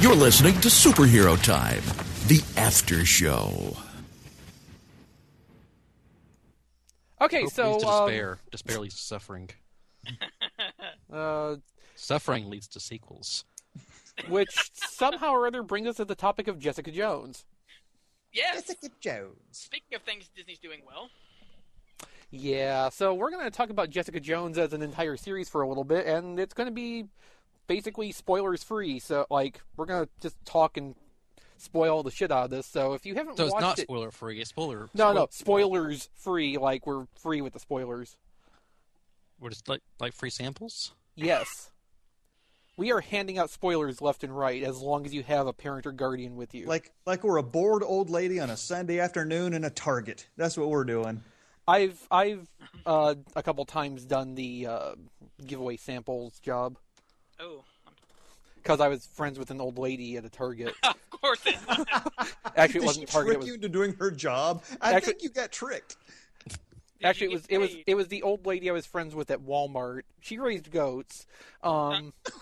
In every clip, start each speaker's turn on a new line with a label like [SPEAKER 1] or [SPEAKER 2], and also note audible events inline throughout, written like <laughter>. [SPEAKER 1] You're listening to Superhero Time, the after show.
[SPEAKER 2] Okay,
[SPEAKER 3] Hope
[SPEAKER 2] so
[SPEAKER 3] leads to
[SPEAKER 2] um,
[SPEAKER 3] despair. despair leads to suffering.
[SPEAKER 2] uh,
[SPEAKER 3] Suffering leads to sequels.
[SPEAKER 2] which somehow or other brings us to the topic of Jessica Jones.
[SPEAKER 4] Yes.
[SPEAKER 5] Jessica Jones.
[SPEAKER 4] Speaking of things Disney's doing well,
[SPEAKER 2] Yeah, so we're going to talk about Jessica Jones as an entire series for a little bit, and it's going to be basically spoilers free. So, like, we're going to just talk and spoil the shit out of this. So, if you haven't
[SPEAKER 3] So it's
[SPEAKER 2] watched
[SPEAKER 3] not
[SPEAKER 2] it,
[SPEAKER 3] spoiler free. It's spoiler.
[SPEAKER 2] no, no,
[SPEAKER 3] spoil-
[SPEAKER 2] spoilers free. Like, we're free with the spoilers.
[SPEAKER 3] We're just like like free samples. <laughs>
[SPEAKER 2] Yes. We are handing out spoilers left and right as long as you have a parent or guardian with you.
[SPEAKER 5] Like like we're a bored old lady on a Sunday afternoon in a Target. That's what we're doing.
[SPEAKER 2] I've I've uh, a couple times done the uh, giveaway samples job
[SPEAKER 4] oh, I'm-
[SPEAKER 2] because I was friends with an old lady at a
[SPEAKER 5] <laughs>
[SPEAKER 2] Target.
[SPEAKER 4] of course it's not.
[SPEAKER 2] Actually, it
[SPEAKER 5] Did she
[SPEAKER 2] wasn't Target.
[SPEAKER 5] trick
[SPEAKER 2] It was
[SPEAKER 5] you into doing her job? I
[SPEAKER 2] Actually-
[SPEAKER 5] think you got tricked.
[SPEAKER 2] <laughs>
[SPEAKER 4] Did
[SPEAKER 2] actually it
[SPEAKER 4] you
[SPEAKER 2] was
[SPEAKER 4] get
[SPEAKER 2] it was
[SPEAKER 4] paid?
[SPEAKER 2] it was the old lady I was friends with at Walmart. She raised goats. Um,
[SPEAKER 4] Did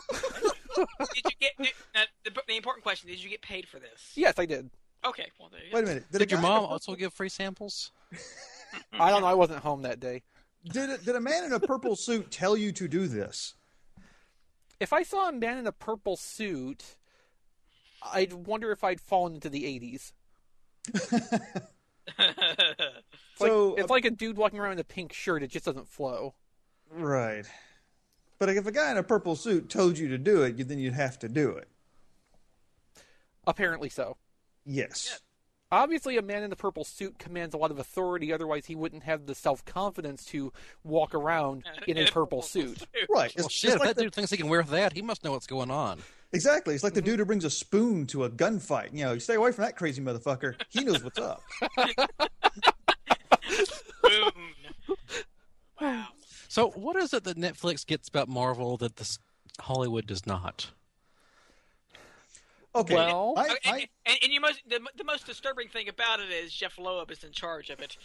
[SPEAKER 4] you get did, now, the, the important question? Did you get paid for this?
[SPEAKER 2] yes, I did.
[SPEAKER 4] Okay. Well, there you go.
[SPEAKER 5] Wait a minute. Did,
[SPEAKER 3] Did
[SPEAKER 5] a
[SPEAKER 3] your
[SPEAKER 5] guy-
[SPEAKER 3] mom also give free samples?
[SPEAKER 2] I don't know. I wasn't home that day.
[SPEAKER 5] <laughs> Did a, did a man in a purple suit tell you to do this?
[SPEAKER 2] If I saw a man in a purple suit, I'd wonder if I'd fallen into the '80s. It's
[SPEAKER 5] So,
[SPEAKER 2] like, it's
[SPEAKER 5] uh,
[SPEAKER 2] like a dude walking around in a pink shirt. It just doesn't flow.
[SPEAKER 5] Right. But if a guy in a purple suit told you to do it, you- then you'd have to do it.
[SPEAKER 2] Apparently so.
[SPEAKER 5] Yes.
[SPEAKER 2] Obviously, a man in the purple suit commands a lot of authority. Otherwise, he wouldn't have the self confidence to walk <laughs> around in a purple suit. <laughs>
[SPEAKER 5] Right. It's,
[SPEAKER 3] Well,
[SPEAKER 5] it's
[SPEAKER 3] shit. If
[SPEAKER 5] like
[SPEAKER 3] that
[SPEAKER 5] the-
[SPEAKER 3] dude thinks he can wear that, he must know what's going on.
[SPEAKER 5] Exactly. It's like the dude who brings a spoon to a gunfight. You know, stay away from that crazy motherfucker. He knows what's up.
[SPEAKER 4] Boom.
[SPEAKER 2] <sighs>
[SPEAKER 4] Wow.
[SPEAKER 3] So what is it that Netflix gets about Marvel that this Hollywood does not?
[SPEAKER 5] Okay.
[SPEAKER 2] Well-
[SPEAKER 5] I,
[SPEAKER 4] Okay,
[SPEAKER 5] I,
[SPEAKER 4] and, and, and you most the, the most disturbing thing about it is Jeff Loeb is in charge of it.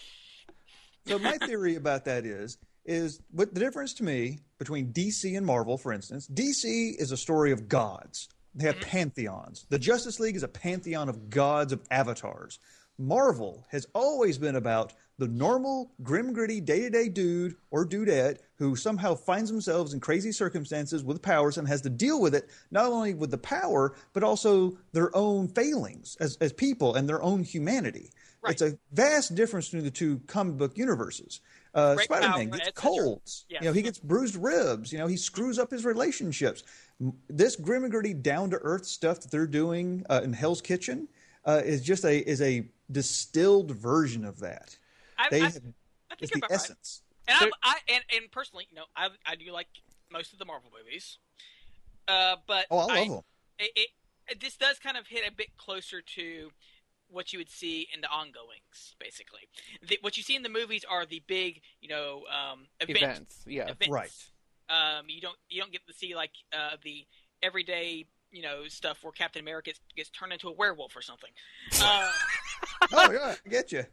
[SPEAKER 5] so my theory about that is is what the difference to me between DC and Marvel, for instance. DC is a story of gods. They have pantheons. The Justice League is a pantheon of gods of avatars. Marvel has always been about the normal, grim, gritty, day to day dude or dudette who somehow finds themselves in crazy circumstances with powers and has to deal with it, not only with the power, but also their own failings as, as people and their own humanity. It's a vast difference between the two comic book universes. Uh,
[SPEAKER 4] Great
[SPEAKER 5] Spider
[SPEAKER 4] power,
[SPEAKER 5] Man gets
[SPEAKER 4] et cetera.
[SPEAKER 5] colds.
[SPEAKER 4] Yeah.
[SPEAKER 5] You know, he gets bruised ribs. You know, he screws up his relationships. M- This grim and gritty, down to earth stuff that they're doing uh, in Hell's Kitchen uh, is just a is a distilled version of that.
[SPEAKER 4] I,
[SPEAKER 5] They
[SPEAKER 4] I,
[SPEAKER 5] have-
[SPEAKER 4] I think
[SPEAKER 5] It's
[SPEAKER 4] you're
[SPEAKER 5] the
[SPEAKER 4] about right.
[SPEAKER 5] essence.
[SPEAKER 4] And
[SPEAKER 2] There-
[SPEAKER 4] I'm, I and, and personally, you know, I I do like most of the Marvel movies, uh, but
[SPEAKER 5] Oh, I love them.
[SPEAKER 4] It, it, it- this does kind of hit a bit closer to what you would see in the ongoings, basically. The, what you see in the movies are the big, you know, um, event,
[SPEAKER 2] Events, yeah.
[SPEAKER 4] events.
[SPEAKER 5] Right.
[SPEAKER 4] Um, you don't you don't get to see like uh, the everyday you know stuff where Captain America gets, gets turned into a werewolf or something. um,
[SPEAKER 5] oh yeah, I get you.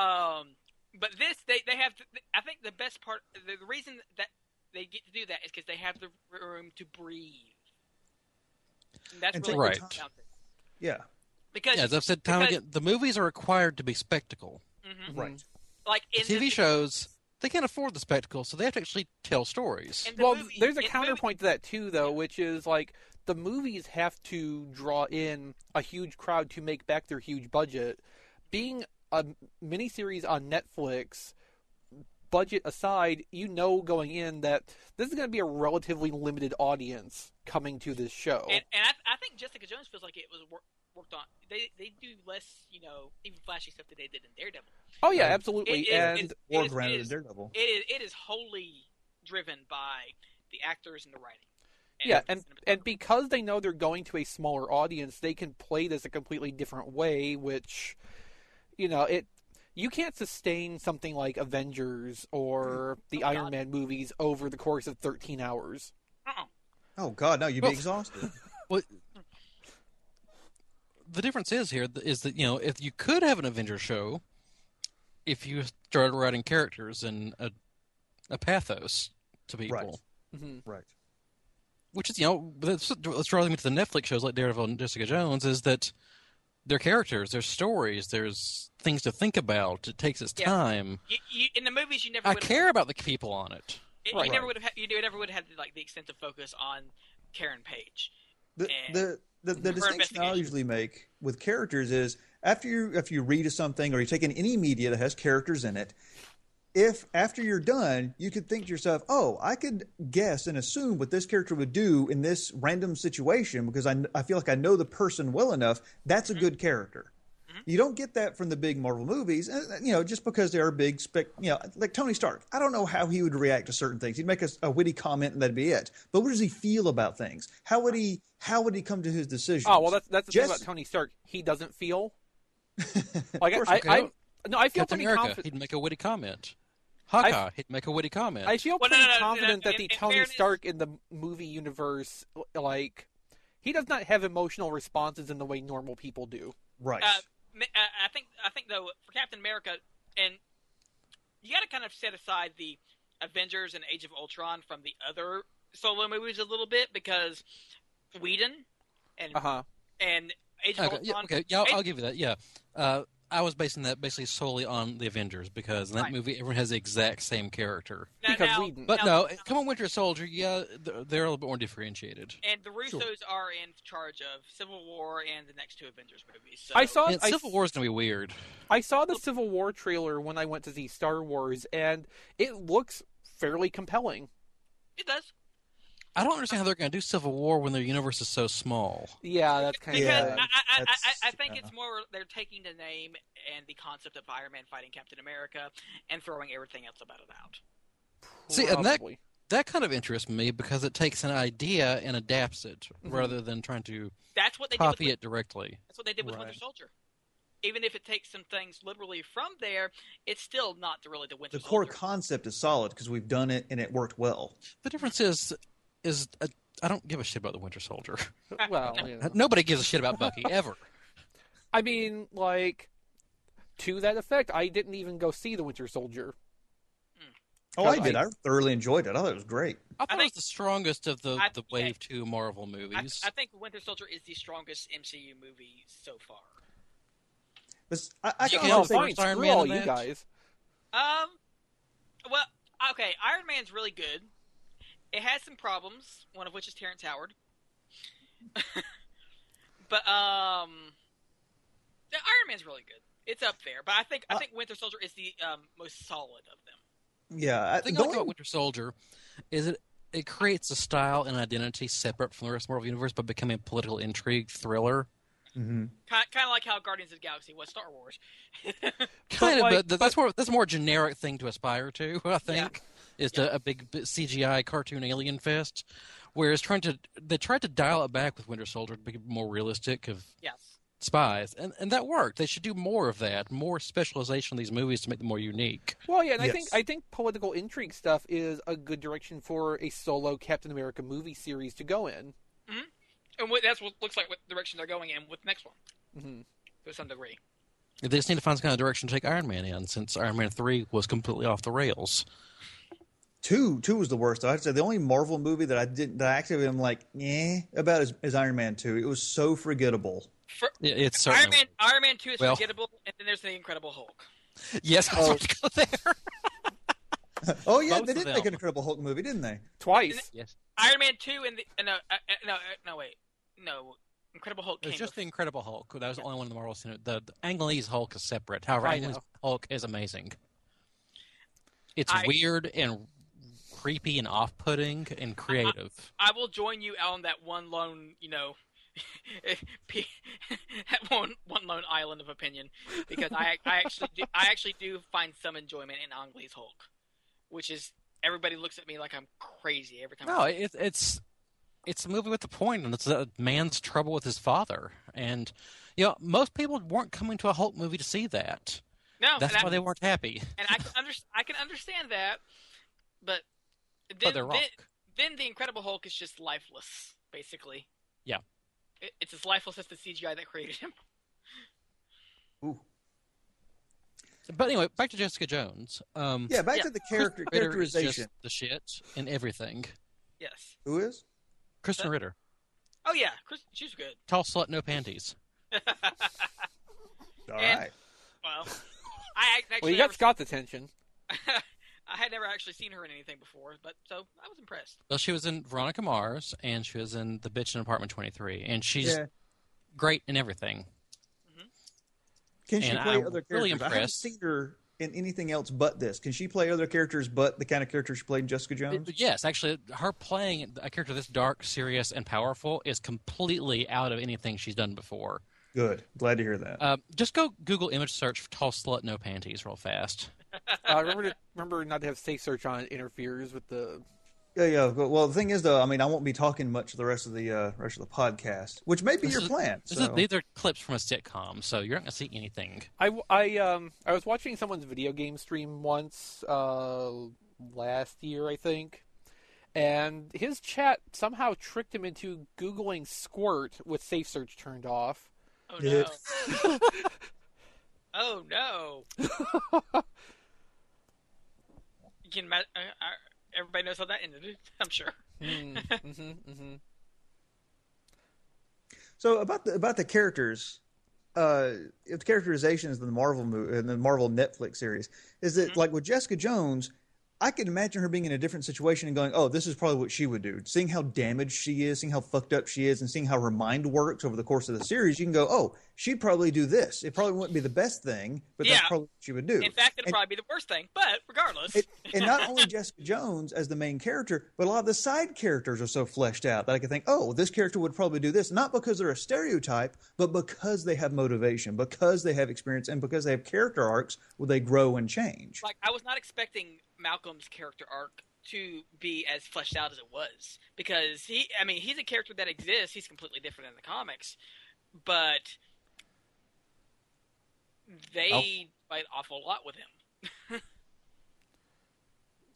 [SPEAKER 4] Um, but this, they they have. I think the best part, the, the reason that they get to do that is because they have the room to breathe. And that's
[SPEAKER 5] And
[SPEAKER 4] really
[SPEAKER 3] take
[SPEAKER 4] what
[SPEAKER 3] the
[SPEAKER 4] it's
[SPEAKER 3] time.
[SPEAKER 4] about.
[SPEAKER 5] Yeah.
[SPEAKER 4] Because
[SPEAKER 3] Yeah, as I've said time
[SPEAKER 4] because-
[SPEAKER 3] again, the movies are required to be spectacle.
[SPEAKER 4] mhm,
[SPEAKER 5] Right.
[SPEAKER 4] like
[SPEAKER 3] The
[SPEAKER 4] in
[SPEAKER 3] TV
[SPEAKER 4] the,
[SPEAKER 3] shows they can't afford the spectacle, so they have to actually tell stories.
[SPEAKER 4] in the
[SPEAKER 2] Well,
[SPEAKER 4] movie-
[SPEAKER 2] there's
[SPEAKER 4] in
[SPEAKER 2] a
[SPEAKER 4] the
[SPEAKER 2] counterpoint to that, too, though, which is like the movies have to draw in a huge crowd to make back their huge budget. Being a miniseries on Netflix, budget aside, you know going in that this is going to be a relatively limited audience coming to this show.
[SPEAKER 4] Movie, and and I, I think Jessica Jones feels like it was wor- worked on. They they do less, you know, even flashy stuff that they did in Daredevil.
[SPEAKER 2] oh, yeah,
[SPEAKER 5] It-
[SPEAKER 2] absolutely.
[SPEAKER 4] It- it-
[SPEAKER 2] and
[SPEAKER 4] <laughs> it-
[SPEAKER 5] Or
[SPEAKER 4] it,
[SPEAKER 5] Granite
[SPEAKER 4] it,
[SPEAKER 5] and
[SPEAKER 4] is,
[SPEAKER 5] Daredevil.
[SPEAKER 4] it is it is wholly driven by the actors and the writing.
[SPEAKER 2] yeah and
[SPEAKER 4] cinematography.
[SPEAKER 2] and because they know they're going to a smaller audience they can play this a completely different way which you know it you can't sustain something like avengers or the
[SPEAKER 4] Oh,
[SPEAKER 2] iron
[SPEAKER 4] God.
[SPEAKER 2] man movies over the course of 13 hours
[SPEAKER 4] Uh-uh.
[SPEAKER 5] Oh God, no, you'd be
[SPEAKER 3] Well-
[SPEAKER 5] exhausted.
[SPEAKER 3] Well, the difference is here th- is that you know if you could have an Avengers show, if you started writing characters and a, a pathos to people,
[SPEAKER 5] Right.
[SPEAKER 2] Mhm.
[SPEAKER 5] Right.
[SPEAKER 3] which is you know that's let's draw them into the Netflix shows like Daredevil and Jessica Jones is that their characters, their stories, there's things to think about. It takes its
[SPEAKER 4] Yeah.
[SPEAKER 3] time.
[SPEAKER 4] You, you, in the movies, you never.
[SPEAKER 3] I
[SPEAKER 4] would've-
[SPEAKER 3] care about the people on it.
[SPEAKER 4] You,
[SPEAKER 2] Right.
[SPEAKER 4] you never would have. You never would have had like the extensive focus on Karen Page.
[SPEAKER 5] the
[SPEAKER 4] and-
[SPEAKER 5] the the, the
[SPEAKER 4] Or
[SPEAKER 5] distinction I
[SPEAKER 4] investigation.
[SPEAKER 5] usually make with characters is after you if you read something or you take in any media that has characters in it, if after you're done you could think to yourself, oh, I could guess and assume what this character would do in this random situation because I kn- I feel like I know the person well enough. That's a good character. You don't get that from the big Marvel movies, and, uh, you know, just because they are big spec, you know, like Tony Stark. I don't know how he would react to certain things. He'd make a, a witty comment, and that'd be it. But what does he feel about things? How would he? How would he come to his decisions?
[SPEAKER 2] Oh well, that's that's the thing
[SPEAKER 5] Just-
[SPEAKER 2] about Tony Stark. He doesn't
[SPEAKER 3] <laughs>
[SPEAKER 2] feel like
[SPEAKER 3] course
[SPEAKER 2] I,
[SPEAKER 3] he
[SPEAKER 2] I,
[SPEAKER 3] don't.
[SPEAKER 2] no, I feel
[SPEAKER 3] Captain
[SPEAKER 2] pretty
[SPEAKER 3] America,
[SPEAKER 2] confident.
[SPEAKER 3] he'd make a witty comment. Hawkeye, he'd make a witty comment.
[SPEAKER 2] I feel
[SPEAKER 4] Well, no,
[SPEAKER 2] pretty
[SPEAKER 4] no, no, no,
[SPEAKER 2] confident
[SPEAKER 4] no,
[SPEAKER 2] that the
[SPEAKER 4] in- in
[SPEAKER 2] Tony
[SPEAKER 4] fairness-
[SPEAKER 2] Stark in the movie universe, like, he does not have emotional responses in the way normal people do.
[SPEAKER 5] right.
[SPEAKER 4] Uh, ma- I I think I think though for Captain America, and you got to kind of set aside the Avengers and Age of Ultron from the other solo movies a little bit because Whedon and
[SPEAKER 2] Uh huh.
[SPEAKER 4] and Age of
[SPEAKER 3] Uh-huh. okay, yeah,
[SPEAKER 4] Ultron.
[SPEAKER 3] okay, yeah, I'll,
[SPEAKER 4] Age-
[SPEAKER 3] I'll give you that. Yeah, uh, I was basing that basically solely on the Avengers because in that
[SPEAKER 4] Right.
[SPEAKER 3] movie everyone has the exact same character.
[SPEAKER 4] now-
[SPEAKER 2] because
[SPEAKER 4] now-
[SPEAKER 2] Whedon.
[SPEAKER 3] But
[SPEAKER 4] now-
[SPEAKER 3] no, come on, Winter Soldier. Yeah, they're, they're a little bit more differentiated.
[SPEAKER 4] And the Russos are in charge of Civil War and the next two Avengers movies. So
[SPEAKER 2] I saw
[SPEAKER 3] Yeah,
[SPEAKER 2] I,
[SPEAKER 3] Civil War is gonna be weird.
[SPEAKER 2] I saw the Civil War trailer when I went to see Star Wars, and it looks fairly compelling.
[SPEAKER 4] it does
[SPEAKER 3] I don't understand how they're gonna do Civil War when their universe is so small.
[SPEAKER 2] Yeah, that's kind
[SPEAKER 4] because
[SPEAKER 5] Yeah,
[SPEAKER 2] of
[SPEAKER 4] I, I, I, I,
[SPEAKER 5] that's-
[SPEAKER 4] I think
[SPEAKER 3] uh-huh.
[SPEAKER 5] yeah.
[SPEAKER 4] it's more they're taking the name and the concept of Iron Man fighting Captain America and throwing everything else about it out.
[SPEAKER 3] See, and that-
[SPEAKER 2] probably.
[SPEAKER 3] That kind of interests me because it takes an idea and adapts it rather than trying to
[SPEAKER 4] That's what Mm-hmm. they did with
[SPEAKER 3] copy it directly.
[SPEAKER 4] That's what they did with
[SPEAKER 5] Right.
[SPEAKER 4] Winter Soldier. Even if it takes some things literally from there, it's still not really the Winter
[SPEAKER 5] the core
[SPEAKER 4] Soldier.
[SPEAKER 5] concept is solid because we've done it and it worked well.
[SPEAKER 3] The difference is, is uh, I don't give a shit about the Winter Soldier.
[SPEAKER 2] well, yeah.
[SPEAKER 3] <laughs> Nobody gives a shit about
[SPEAKER 4] <laughs>
[SPEAKER 3] Bucky ever.
[SPEAKER 2] I mean, like, to that effect, I didn't even go see the Winter Soldier.
[SPEAKER 5] Oh,
[SPEAKER 2] Because
[SPEAKER 5] I did. I, thoroughly enjoyed it. I thought it was great.
[SPEAKER 3] I thought it was
[SPEAKER 4] think-
[SPEAKER 3] the strongest of the,
[SPEAKER 4] I-
[SPEAKER 3] the
[SPEAKER 4] yeah.
[SPEAKER 3] Wave Two Marvel
[SPEAKER 4] I,
[SPEAKER 3] movies.
[SPEAKER 4] I think Winter Soldier is the strongest MCU movie so far.
[SPEAKER 5] But I, I
[SPEAKER 3] You
[SPEAKER 5] can
[SPEAKER 3] can
[SPEAKER 2] oh,
[SPEAKER 5] almost
[SPEAKER 3] also-
[SPEAKER 5] say
[SPEAKER 2] fine,
[SPEAKER 3] first Iron
[SPEAKER 2] screw
[SPEAKER 3] Man
[SPEAKER 2] all
[SPEAKER 3] in
[SPEAKER 2] you
[SPEAKER 3] that?
[SPEAKER 2] guys.
[SPEAKER 4] Um, well, okay, Iron Man's really good. It has some problems, one of which is Terrence Howard. <laughs> but um, the Iron Man's really good. It's up there, but I think I
[SPEAKER 5] Uh,
[SPEAKER 4] think Winter Soldier is the um, most solid of them.
[SPEAKER 5] yeah. I,
[SPEAKER 3] the thing
[SPEAKER 5] the
[SPEAKER 3] I like
[SPEAKER 5] only-
[SPEAKER 3] about Winter Soldier is it it creates a style and identity separate from the rest of the Marvel universe by becoming a political intrigue thriller.
[SPEAKER 5] Mhm.
[SPEAKER 4] Kind kind of like how Guardians of the Galaxy was Star Wars.
[SPEAKER 3] Kind of,
[SPEAKER 2] like-
[SPEAKER 3] but, th- that's more that's a more generic thing to aspire to. <laughs> I think is to, a big b- CGI cartoon alien fest. Whereas trying to they tried to dial it back with Winter Soldier to be more realistic of
[SPEAKER 4] yes.
[SPEAKER 3] spies, and and that worked. They should do more of that, more specialization in these movies to make them more unique.
[SPEAKER 2] Well, yeah, and I
[SPEAKER 5] Yes.
[SPEAKER 2] think I think political intrigue stuff is a good direction for a solo Captain America movie series to go in.
[SPEAKER 4] And what, that's what looks like what direction they're going in with the next one
[SPEAKER 2] Mhm.
[SPEAKER 4] to some degree.
[SPEAKER 3] They just need to find some kind of direction to take Iron Man in, since Iron Man three was completely off the rails.
[SPEAKER 5] Two, two was the worst. I'd say the only Marvel movie that I didn't, that I actually am like, eh, about is, is Iron Man Two. It was so forgettable.
[SPEAKER 3] Yeah, It's certainly
[SPEAKER 4] Iron Man, Iron Man Two is
[SPEAKER 3] Well.
[SPEAKER 4] forgettable, and then there's the Incredible Hulk.
[SPEAKER 3] Yes, I was about to go
[SPEAKER 4] <laughs>
[SPEAKER 3] there.
[SPEAKER 5] Oh yeah,
[SPEAKER 3] Both
[SPEAKER 5] they
[SPEAKER 3] of
[SPEAKER 5] did make
[SPEAKER 3] them.
[SPEAKER 5] an Incredible Hulk movie, didn't they?
[SPEAKER 2] Twice.
[SPEAKER 3] Yes,
[SPEAKER 4] Iron Man Two and the uh, no uh, uh, no uh, no wait no Incredible Hulk
[SPEAKER 3] it
[SPEAKER 4] came
[SPEAKER 3] was just the
[SPEAKER 4] before.
[SPEAKER 3] Incredible Hulk. That was the only one in the Marvel Cinematic. The, the Angolese Hulk is separate. However,
[SPEAKER 2] I
[SPEAKER 3] Angolese
[SPEAKER 2] know.
[SPEAKER 3] Hulk is amazing. It's
[SPEAKER 4] I-
[SPEAKER 3] weird and creepy and off-putting and creative.
[SPEAKER 4] I will join you on that one lone you know <laughs> p- <laughs> that one one lone island of opinion because I I actually do, I actually do find some enjoyment in Ang Lee's Hulk, which is everybody looks at me like I'm crazy every time. I
[SPEAKER 3] no, it, it's it's a movie with a point, and it's a man's trouble with his father. And you know, most people weren't coming to a Hulk movie to see that.
[SPEAKER 4] no
[SPEAKER 3] That's
[SPEAKER 4] and
[SPEAKER 3] why
[SPEAKER 4] I,
[SPEAKER 3] they weren't happy.
[SPEAKER 4] and I can under, I can understand that, but then,
[SPEAKER 3] But they're wrong.
[SPEAKER 4] then then the Incredible Hulk is just lifeless, basically.
[SPEAKER 3] Yeah.
[SPEAKER 4] It, it's as lifeless as the CGI that created him. <laughs>
[SPEAKER 3] But anyway, back to Jessica Jones. Um,
[SPEAKER 5] Yeah, back
[SPEAKER 4] Yeah.
[SPEAKER 5] to the character
[SPEAKER 3] Ritter is just
[SPEAKER 5] characterization.
[SPEAKER 3] the shit and everything.
[SPEAKER 4] Yes.
[SPEAKER 5] Who is?
[SPEAKER 3] Kristen Ritter,
[SPEAKER 4] Oh yeah, Chris, she's good.
[SPEAKER 3] tall slut, no panties.
[SPEAKER 5] All
[SPEAKER 4] And-
[SPEAKER 5] right.
[SPEAKER 4] Well, I ac- actually
[SPEAKER 2] Well, you
[SPEAKER 4] never,
[SPEAKER 2] got Scott's attention.
[SPEAKER 4] I had never actually seen her in anything before, but so I was impressed.
[SPEAKER 3] Well, she was in Veronica Mars, and she was in The Bitch in Apartment 23, and she's
[SPEAKER 5] Yeah.
[SPEAKER 3] great in everything.
[SPEAKER 5] Can she
[SPEAKER 3] and
[SPEAKER 5] play
[SPEAKER 3] I'm
[SPEAKER 5] other characters?
[SPEAKER 3] really
[SPEAKER 5] I haven't
[SPEAKER 3] impressed.
[SPEAKER 5] seen her in anything else but this. Can she play other characters but the kind of character she played in Jessica Jones?
[SPEAKER 3] But yes, actually, her playing a character this dark, serious, and powerful is completely out of anything she's done before.
[SPEAKER 5] Good. Glad to hear that.
[SPEAKER 3] Uh, just go Google image search for tall slut, no panties, real fast.
[SPEAKER 2] Uh, remember, to, remember not to have safe search on. It interferes with the.
[SPEAKER 5] yeah, yeah. Well, well, the thing is, though, I mean, I won't be talking much the rest of the uh, rest of the podcast, which may be
[SPEAKER 3] This
[SPEAKER 5] your
[SPEAKER 3] is-
[SPEAKER 5] plan.
[SPEAKER 3] This
[SPEAKER 5] so.
[SPEAKER 3] is, these are clips from a sitcom, so you're not going to see anything.
[SPEAKER 2] I, w- I, um, I was watching someone's video game stream once uh, last year, I think, and his chat somehow tricked him into googling squirt with safe search turned off.
[SPEAKER 4] Oh
[SPEAKER 5] Yeah.
[SPEAKER 4] no!
[SPEAKER 3] <laughs>
[SPEAKER 4] oh no! you can imagine. Uh, uh, everybody knows how that ended. <laughs> I'm sure.
[SPEAKER 2] <laughs> Mm, hmm hmm
[SPEAKER 5] So about the about the characters, uh, if the characterizations in the Marvel movie in the Marvel Netflix series is that
[SPEAKER 4] Mm-hmm.
[SPEAKER 5] like with Jessica Jones, I can imagine her being in a different situation and going, "Oh, this is probably what she would do." Seeing how damaged she is, seeing how fucked up she is, and seeing how her mind works over the course of the series, you can go, "Oh, she'd probably do this. It probably wouldn't be the best thing, but that's
[SPEAKER 4] Yeah.
[SPEAKER 5] probably what she would do."
[SPEAKER 4] In fact, it'd
[SPEAKER 5] And-
[SPEAKER 4] probably be the worst thing. But regardless,
[SPEAKER 5] it, and <laughs> not only Jessica Jones as the main character, but a lot of the side characters are so fleshed out that I can think, oh, this character would probably do this, not because they're a stereotype, but because they have motivation, because they have experience, and because they have character arcs where they grow and change.
[SPEAKER 4] like I was not expecting Malcolm's character arc to be as fleshed out as it was because he I mean he's a character that exists he's completely different in the comics but they fight an awful lot with him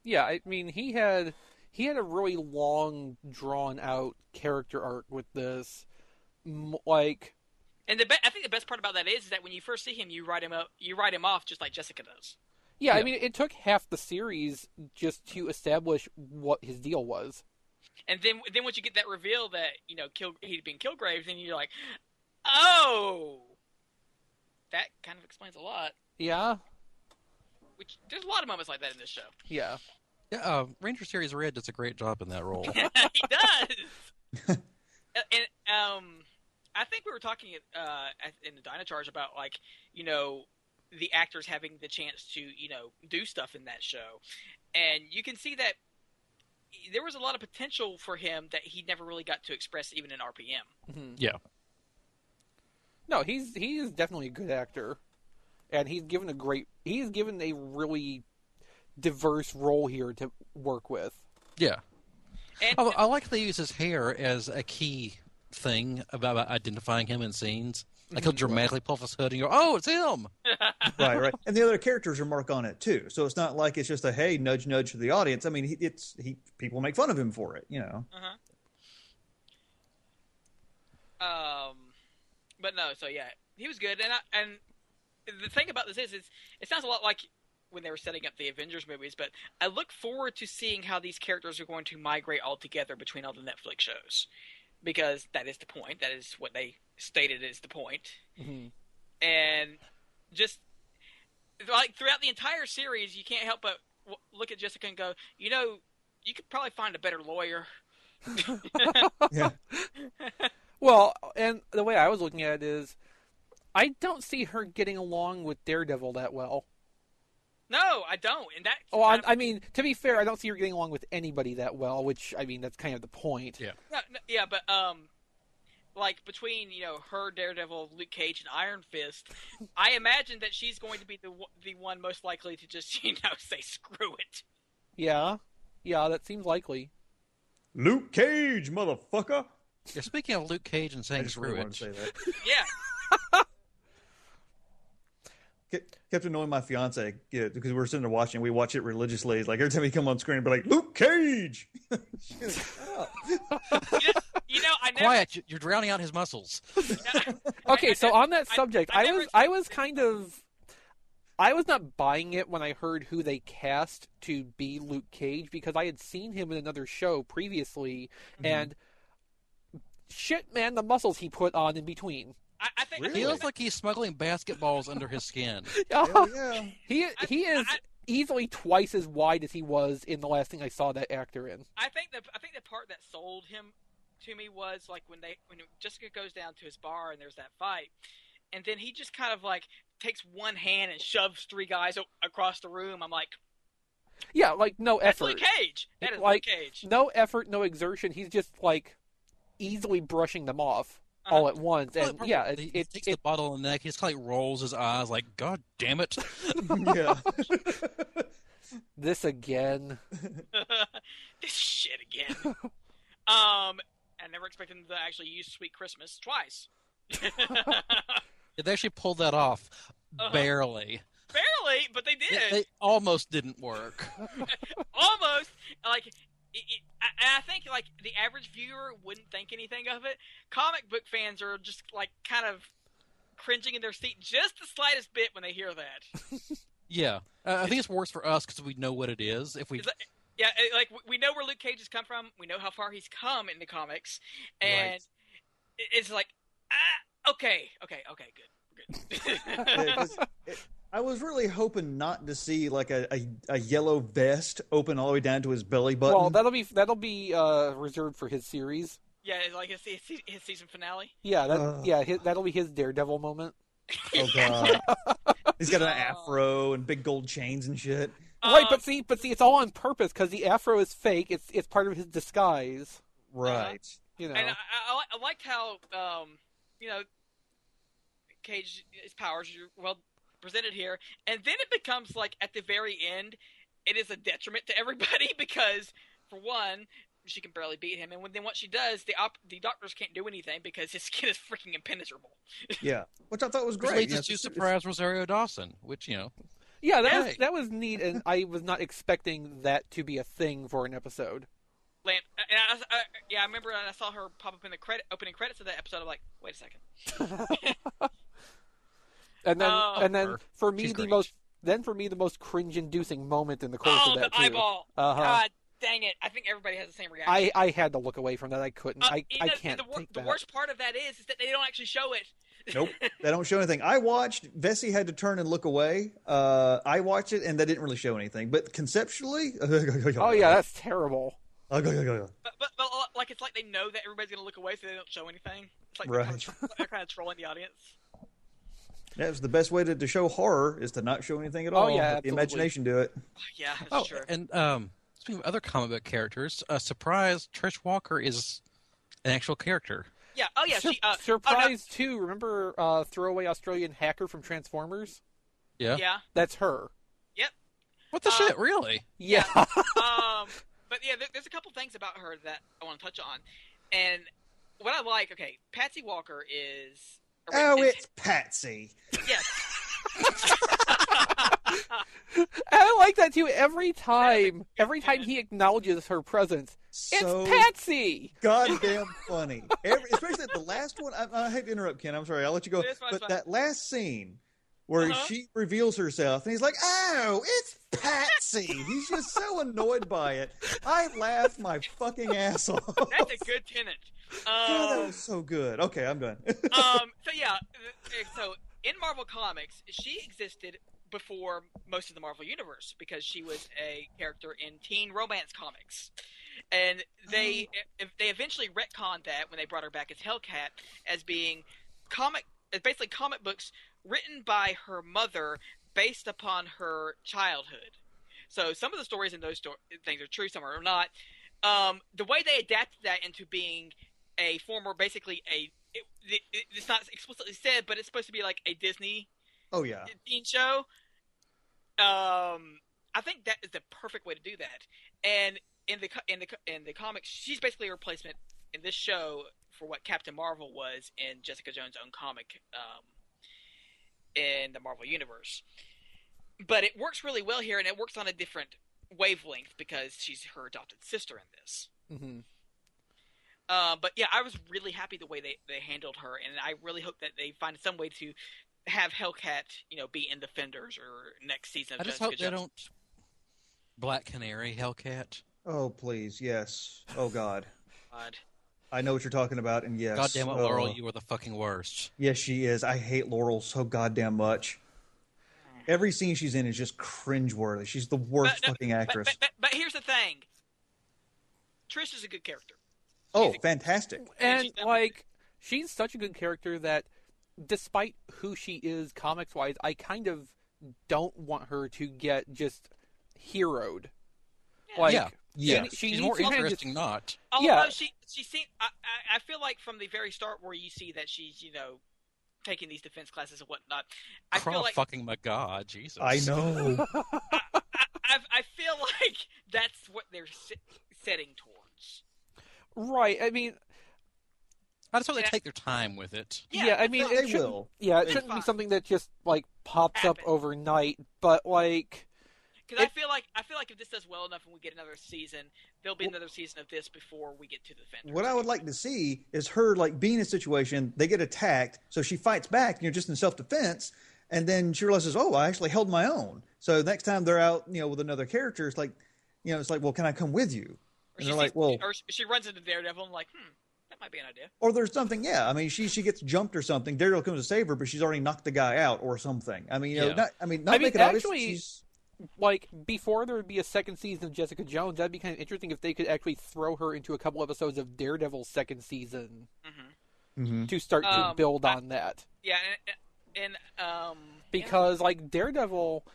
[SPEAKER 2] Yeah, I mean he had he had a really long, drawn out character arc with this, M- like
[SPEAKER 4] and the be- I think the best part about that is, is that when you first see him you write him up you write him off just like Jessica does
[SPEAKER 2] Yeah, I
[SPEAKER 3] Yeah.
[SPEAKER 2] mean, it took half the series just to establish what his deal was.
[SPEAKER 4] and then then once you get that reveal that you know Kil- he'd been Kilgrave then you're like oh that kind of explains a lot
[SPEAKER 2] Yeah,
[SPEAKER 4] which there's a lot of moments like that in this show
[SPEAKER 2] yeah.
[SPEAKER 3] Yeah, uh, Ranger Series Red does a great job in that role.
[SPEAKER 4] <laughs> he does. and um, I think we were talking uh at- in the Dino Charge about like you know the actors having the chance to you know do stuff in that show, and you can see that there was a lot of potential for him that he never really got to express even in RPM.
[SPEAKER 2] Mhm.
[SPEAKER 3] yeah.
[SPEAKER 2] No, he's he is definitely a good actor, and he's given a great he's given a really diverse role here to work with.
[SPEAKER 3] Yeah.
[SPEAKER 4] And
[SPEAKER 3] I, I like they use his hair as a key thing about identifying him in scenes. Like
[SPEAKER 5] Mm-hmm.
[SPEAKER 3] he'll dramatically pull off his hood and go, "Oh, it's him!"
[SPEAKER 5] right, <laughs> right. And the other characters are marked on it too. So it's not like it's just a hey, nudge, nudge to the audience. I mean, he, it's he people make fun of him for it, you know.
[SPEAKER 4] Um, but no, so yeah, he was good. And I, and the thing about this is, is it sounds a lot like when they were setting up the Avengers movies. But I look forward to seeing how these characters are going to migrate all together between all the Netflix shows, because that is the point. That is what they stated is the point.
[SPEAKER 3] Mm-hmm.
[SPEAKER 2] Mhm.
[SPEAKER 4] And just like throughout the entire series, you can't help but w- look at Jessica and go, you know, you could probably find a better lawyer.
[SPEAKER 5] Yeah.
[SPEAKER 2] Well, and the way I was looking at it is, I don't see her getting along with Daredevil that well.
[SPEAKER 4] No, I don't. And that.
[SPEAKER 2] Oh, I, I mean, to be fair, I don't see her getting along with anybody that well. Which I mean, that's kind of the point.
[SPEAKER 3] Yeah.
[SPEAKER 4] No, no, yeah, but um, like between you know her Daredevil, Luke Cage, and Iron Fist, I imagine that she's going to be the one- the one most likely to just <laughs> you know say screw it.
[SPEAKER 2] yeah, yeah. That seems likely.
[SPEAKER 5] Luke Cage, motherfucker.
[SPEAKER 3] Yeah, speaking of Luke Cage and
[SPEAKER 5] I
[SPEAKER 3] saying
[SPEAKER 5] just
[SPEAKER 3] screw
[SPEAKER 5] really wanted
[SPEAKER 3] it,
[SPEAKER 5] to say that.
[SPEAKER 4] Yeah,
[SPEAKER 5] kept annoying my fiance yeah, because we were sitting there watching. We watch it religiously. Like every time he come on screen, be like Luke Cage. She's like, "Shut up."
[SPEAKER 4] you know, you know, I never.
[SPEAKER 3] quiet! you- You're drowning out his muscles.
[SPEAKER 4] I- I
[SPEAKER 2] okay, so
[SPEAKER 4] never-
[SPEAKER 2] on that
[SPEAKER 4] I-
[SPEAKER 2] subject,
[SPEAKER 4] I
[SPEAKER 2] I,
[SPEAKER 4] never
[SPEAKER 2] was I was kind of I was not buying it when I heard who they cast
[SPEAKER 4] Mm-hmm.
[SPEAKER 2] to be Luke Cage because I had seen him in another show previously and shit, man, the muscles he put on in
[SPEAKER 4] <laughs>
[SPEAKER 2] between.
[SPEAKER 4] I, I think I think-
[SPEAKER 3] Feels like he's smuggling basketballs under his
[SPEAKER 5] <laughs>
[SPEAKER 3] skin.
[SPEAKER 2] <laughs>
[SPEAKER 5] Hell yeah.
[SPEAKER 2] he he is
[SPEAKER 4] I-
[SPEAKER 2] easily twice as wide as he was in the last thing I saw that actor in.
[SPEAKER 4] I think the I think the part that sold him to me was like when they when Jessica goes down to his bar and there's that fight, and then he just kind of like takes one hand and shoves three guys o- across the room. I'm like,
[SPEAKER 2] Yeah, like no
[SPEAKER 4] that's
[SPEAKER 2] effort,
[SPEAKER 4] Luke Cage. That is
[SPEAKER 2] Like-
[SPEAKER 4] Luke Cage.
[SPEAKER 2] no effort, no exertion. He's just like easily brushing them off
[SPEAKER 4] Uh-huh.
[SPEAKER 2] all at once, and yeah, it,
[SPEAKER 3] he
[SPEAKER 2] it,
[SPEAKER 3] takes
[SPEAKER 2] it
[SPEAKER 3] the bottle in the neck. He just kind of like rolls his eyes, like God damn it!
[SPEAKER 5] <laughs> Yeah.
[SPEAKER 2] this again.
[SPEAKER 4] <laughs> this shit again. um, I never expected them to actually use "Sweet Christmas" twice.
[SPEAKER 3] they actually pulled that off barely.
[SPEAKER 4] Barely, but they did.
[SPEAKER 3] It, they almost didn't work.
[SPEAKER 4] <laughs> almost like it, it, I- and I think like the average viewer wouldn't think anything of it. Comic book fans are just like kind of cringing in their seat just the slightest bit when they hear that. <laughs>
[SPEAKER 3] Yeah, uh, I think it's worse for us because we know what it is. If we
[SPEAKER 4] It's like- yeah, it- like we- we know where Luke Cage has come from. We know how far he's come in the comics, and
[SPEAKER 3] Right.
[SPEAKER 4] it- it's like ah, okay, okay, okay, good.
[SPEAKER 3] <laughs>
[SPEAKER 4] <laughs> we're good.
[SPEAKER 5] Yeah, 'cause it- I was really hoping not to see like a, a, a yellow vest open all the way down to his belly button.
[SPEAKER 2] Well, that'll be that'll be uh, reserved for his series.
[SPEAKER 4] yeah, it's like his, his, his season finale.
[SPEAKER 2] Yeah, that,
[SPEAKER 5] Ugh.
[SPEAKER 2] yeah, his, that'll be his Daredevil moment.
[SPEAKER 5] oh god, he's got an
[SPEAKER 4] Oh.
[SPEAKER 5] afro and big gold chains and shit.
[SPEAKER 2] right,
[SPEAKER 4] Um,
[SPEAKER 2] but see, but see, it's all on purpose because the afro is fake. It's it's part of his disguise.
[SPEAKER 5] Right.
[SPEAKER 2] You know,
[SPEAKER 4] And uh, I, I, I liked how, um, you know, Cage, his powers are well presented here. And then it becomes like at the very end, it is a detriment to everybody <laughs> because, for one, she can barely beat him. And when, then what she does, the op- the doctors can't do anything because his <laughs> skin is freaking impenetrable.
[SPEAKER 5] Yeah. Which I thought was
[SPEAKER 3] which
[SPEAKER 5] great.
[SPEAKER 3] leads
[SPEAKER 5] Yeah,
[SPEAKER 3] us to
[SPEAKER 5] it's- it's-
[SPEAKER 3] surprise Rosario Dawson, which you know
[SPEAKER 2] yeah, that was
[SPEAKER 3] Right.
[SPEAKER 2] that was neat, and I was not expecting that to be a thing for an episode.
[SPEAKER 4] Lamp, uh, and I, I, yeah, I remember when I saw her pop up in the credit opening credits of that episode. I'm like, wait a second.
[SPEAKER 2] And then,
[SPEAKER 4] Oh.
[SPEAKER 2] and then for me,
[SPEAKER 3] She's
[SPEAKER 2] the
[SPEAKER 3] cringe.
[SPEAKER 2] most then for me the most cringe-inducing moment in the course
[SPEAKER 4] Oh,
[SPEAKER 2] of
[SPEAKER 4] the
[SPEAKER 2] that too.
[SPEAKER 4] eyeball!
[SPEAKER 2] Uh-huh.
[SPEAKER 4] God dang it! I think everybody has the same reaction.
[SPEAKER 2] I I had to look away from that. I couldn't.
[SPEAKER 4] Uh,
[SPEAKER 2] I
[SPEAKER 4] you
[SPEAKER 2] I
[SPEAKER 4] know,
[SPEAKER 2] can't
[SPEAKER 4] The, wor-
[SPEAKER 2] take
[SPEAKER 4] the
[SPEAKER 2] that.
[SPEAKER 4] worst part of that is, is that they don't actually show it.
[SPEAKER 5] Nope, they don't show anything. I watched. Vessi had to turn and look away. Uh, I watched it, and they didn't really show anything. But conceptually, <laughs>
[SPEAKER 2] Oh yeah, that's terrible.
[SPEAKER 5] Oh,
[SPEAKER 4] But, but, but uh, like it's like they know that everybody's gonna look away, so they don't show anything. It's like they're, kind
[SPEAKER 5] Right.
[SPEAKER 4] of they're kind of trolling the audience.
[SPEAKER 5] that was the best way to, to show horror is to not show anything at
[SPEAKER 4] Oh,
[SPEAKER 5] all.
[SPEAKER 2] yeah,
[SPEAKER 5] Let the
[SPEAKER 2] absolutely.
[SPEAKER 5] imagination do it.
[SPEAKER 4] Yeah, that's true.
[SPEAKER 3] and um, speaking of other comic book characters, uh, surprise Trish Walker is an actual character.
[SPEAKER 4] yeah. Oh yeah.
[SPEAKER 2] Sur-
[SPEAKER 4] she, uh, Oh, no,
[SPEAKER 2] Surprise too. Remember uh, throwaway Australian hacker from Transformers?
[SPEAKER 3] Yeah.
[SPEAKER 4] yeah.
[SPEAKER 2] That's her.
[SPEAKER 3] What the
[SPEAKER 4] Uh,
[SPEAKER 3] shit? Really?
[SPEAKER 2] Yeah. <laughs>
[SPEAKER 4] um, but yeah, there, there's a couple things about her that I want to touch on, and what I like. Okay, Patsy Walker is.
[SPEAKER 5] Oh, it's Patsy.
[SPEAKER 4] yes.
[SPEAKER 2] And I like that too. Every time, every time he acknowledges her presence, it's
[SPEAKER 5] So
[SPEAKER 2] Patsy.
[SPEAKER 5] goddamn
[SPEAKER 4] <laughs>
[SPEAKER 5] funny. Every, especially the last one. I, I hate to interrupt, Ken. I'm sorry. I'll let you go.
[SPEAKER 4] It's fine,
[SPEAKER 5] but
[SPEAKER 4] it's fine.
[SPEAKER 5] that last scene where
[SPEAKER 4] Uh-huh.
[SPEAKER 5] she reveals herself, and he's like, "Oh, it's Patsy." he's just so annoyed by it. I laughed my fucking
[SPEAKER 4] <laughs>
[SPEAKER 5] ass off.
[SPEAKER 4] That's a good tenant.
[SPEAKER 5] God,
[SPEAKER 4] Um,
[SPEAKER 5] that was so good. Okay, I'm done. <laughs>
[SPEAKER 4] um, so yeah, th- so in Marvel Comics, she existed before most of the Marvel Universe because she was a character in teen romance comics, and they if they eventually retconned that when they brought her back as Hellcat as being comic, as basically comic books written by her mother based upon her childhood. So some of the stories in those sto- things are true, some are not. Um, the way they adapted that into being a former, basically a it, it, it's not explicitly said, but it's supposed to be like a Disney
[SPEAKER 5] oh yeah.
[SPEAKER 4] teen show. Um, I think that is the perfect way to do that. And in the co- in the co- in the comics, she's basically a replacement in this show for what Captain Marvel was in Jessica Jones' own comic um, in the Marvel universe. But it works really well here, and it works on a different wavelength because she's her adopted sister in this.
[SPEAKER 2] hmm
[SPEAKER 4] Uh, but yeah, I was really happy the way they, they handled her, and I really hope that they find some way to have Hellcat, you know, be in the Fenders or next season. Of
[SPEAKER 3] I just
[SPEAKER 4] Jessica
[SPEAKER 3] hope they
[SPEAKER 4] Jones.
[SPEAKER 3] don't. Black Canary, Hellcat.
[SPEAKER 5] Oh please, yes. Oh god.
[SPEAKER 4] God.
[SPEAKER 5] I know what you're talking about, and yes,
[SPEAKER 3] God damn it, Laurel,
[SPEAKER 5] uh,
[SPEAKER 3] you are the fucking worst.
[SPEAKER 5] Yes, she is. I hate Laurel so goddamn much. Every scene she's in is just cringeworthy. She's the worst
[SPEAKER 4] But-
[SPEAKER 5] fucking actress.
[SPEAKER 4] But, but, but here's the thing. Trish is a good character.
[SPEAKER 5] oh, fantastic!
[SPEAKER 2] and
[SPEAKER 4] she's done-
[SPEAKER 2] like she's such a good character that despite who she is comics wise i kind of don't want her to get just heroed like
[SPEAKER 3] yeah,
[SPEAKER 2] she-
[SPEAKER 3] yeah.
[SPEAKER 2] she
[SPEAKER 3] She's
[SPEAKER 2] needs
[SPEAKER 3] more
[SPEAKER 2] to kinda
[SPEAKER 3] interesting,
[SPEAKER 2] just-
[SPEAKER 3] not.
[SPEAKER 4] Although
[SPEAKER 2] Yeah.
[SPEAKER 4] she she seemed I, I I feel like from the very start where you see that she's you know taking these defense classes and whatnot. I
[SPEAKER 3] Craw
[SPEAKER 4] feel like
[SPEAKER 3] fucking my god, Jesus.
[SPEAKER 5] I know.
[SPEAKER 4] I, I feel <laughs> like that's what they're se- setting towards.
[SPEAKER 2] right i mean
[SPEAKER 3] I just hope they
[SPEAKER 4] Yeah.
[SPEAKER 3] take their time with it.
[SPEAKER 2] yeah, i mean
[SPEAKER 5] no,
[SPEAKER 2] it
[SPEAKER 5] they
[SPEAKER 2] shouldn't-
[SPEAKER 5] will.
[SPEAKER 2] yeah it
[SPEAKER 5] They-
[SPEAKER 2] shouldn't be
[SPEAKER 4] Fine.
[SPEAKER 2] something that just like pops
[SPEAKER 4] Happen.
[SPEAKER 2] up overnight but like
[SPEAKER 4] because I
[SPEAKER 2] it-
[SPEAKER 4] feel like I feel like if this does well enough and we get another season, there'll be another season of this before we get to the Defenders.
[SPEAKER 5] what I would like to see is her like being in a situation they get attacked, so she fights back. You know, just in self defense, and then she realizes, oh, I actually held my own. So next time they're out, you know, with another character, it's like, you know, it's like, well, can I come with you?
[SPEAKER 4] Or
[SPEAKER 5] And
[SPEAKER 4] she
[SPEAKER 5] they're like,
[SPEAKER 4] sees-
[SPEAKER 5] well,
[SPEAKER 4] or she- she runs into Daredevil. and I'm like, hmm, that might be an idea.
[SPEAKER 5] or there's something. Yeah, I mean, she she gets jumped or something. Daredevil comes to save her, but she's already knocked the guy out or something. I mean, you know,
[SPEAKER 3] Yeah.
[SPEAKER 5] not, I mean, not
[SPEAKER 2] I mean,
[SPEAKER 5] make it
[SPEAKER 2] actually-
[SPEAKER 5] obvious. She's,
[SPEAKER 2] like before there would be a second season of jessica jones that'd be kind of interesting if they could actually throw her into a couple episodes of daredevil's second season
[SPEAKER 4] hmm
[SPEAKER 5] mm-hmm,
[SPEAKER 2] to start to
[SPEAKER 4] Um,
[SPEAKER 2] build
[SPEAKER 4] I-
[SPEAKER 2] on that
[SPEAKER 4] Yeah, and, and um,
[SPEAKER 2] because like Daredevil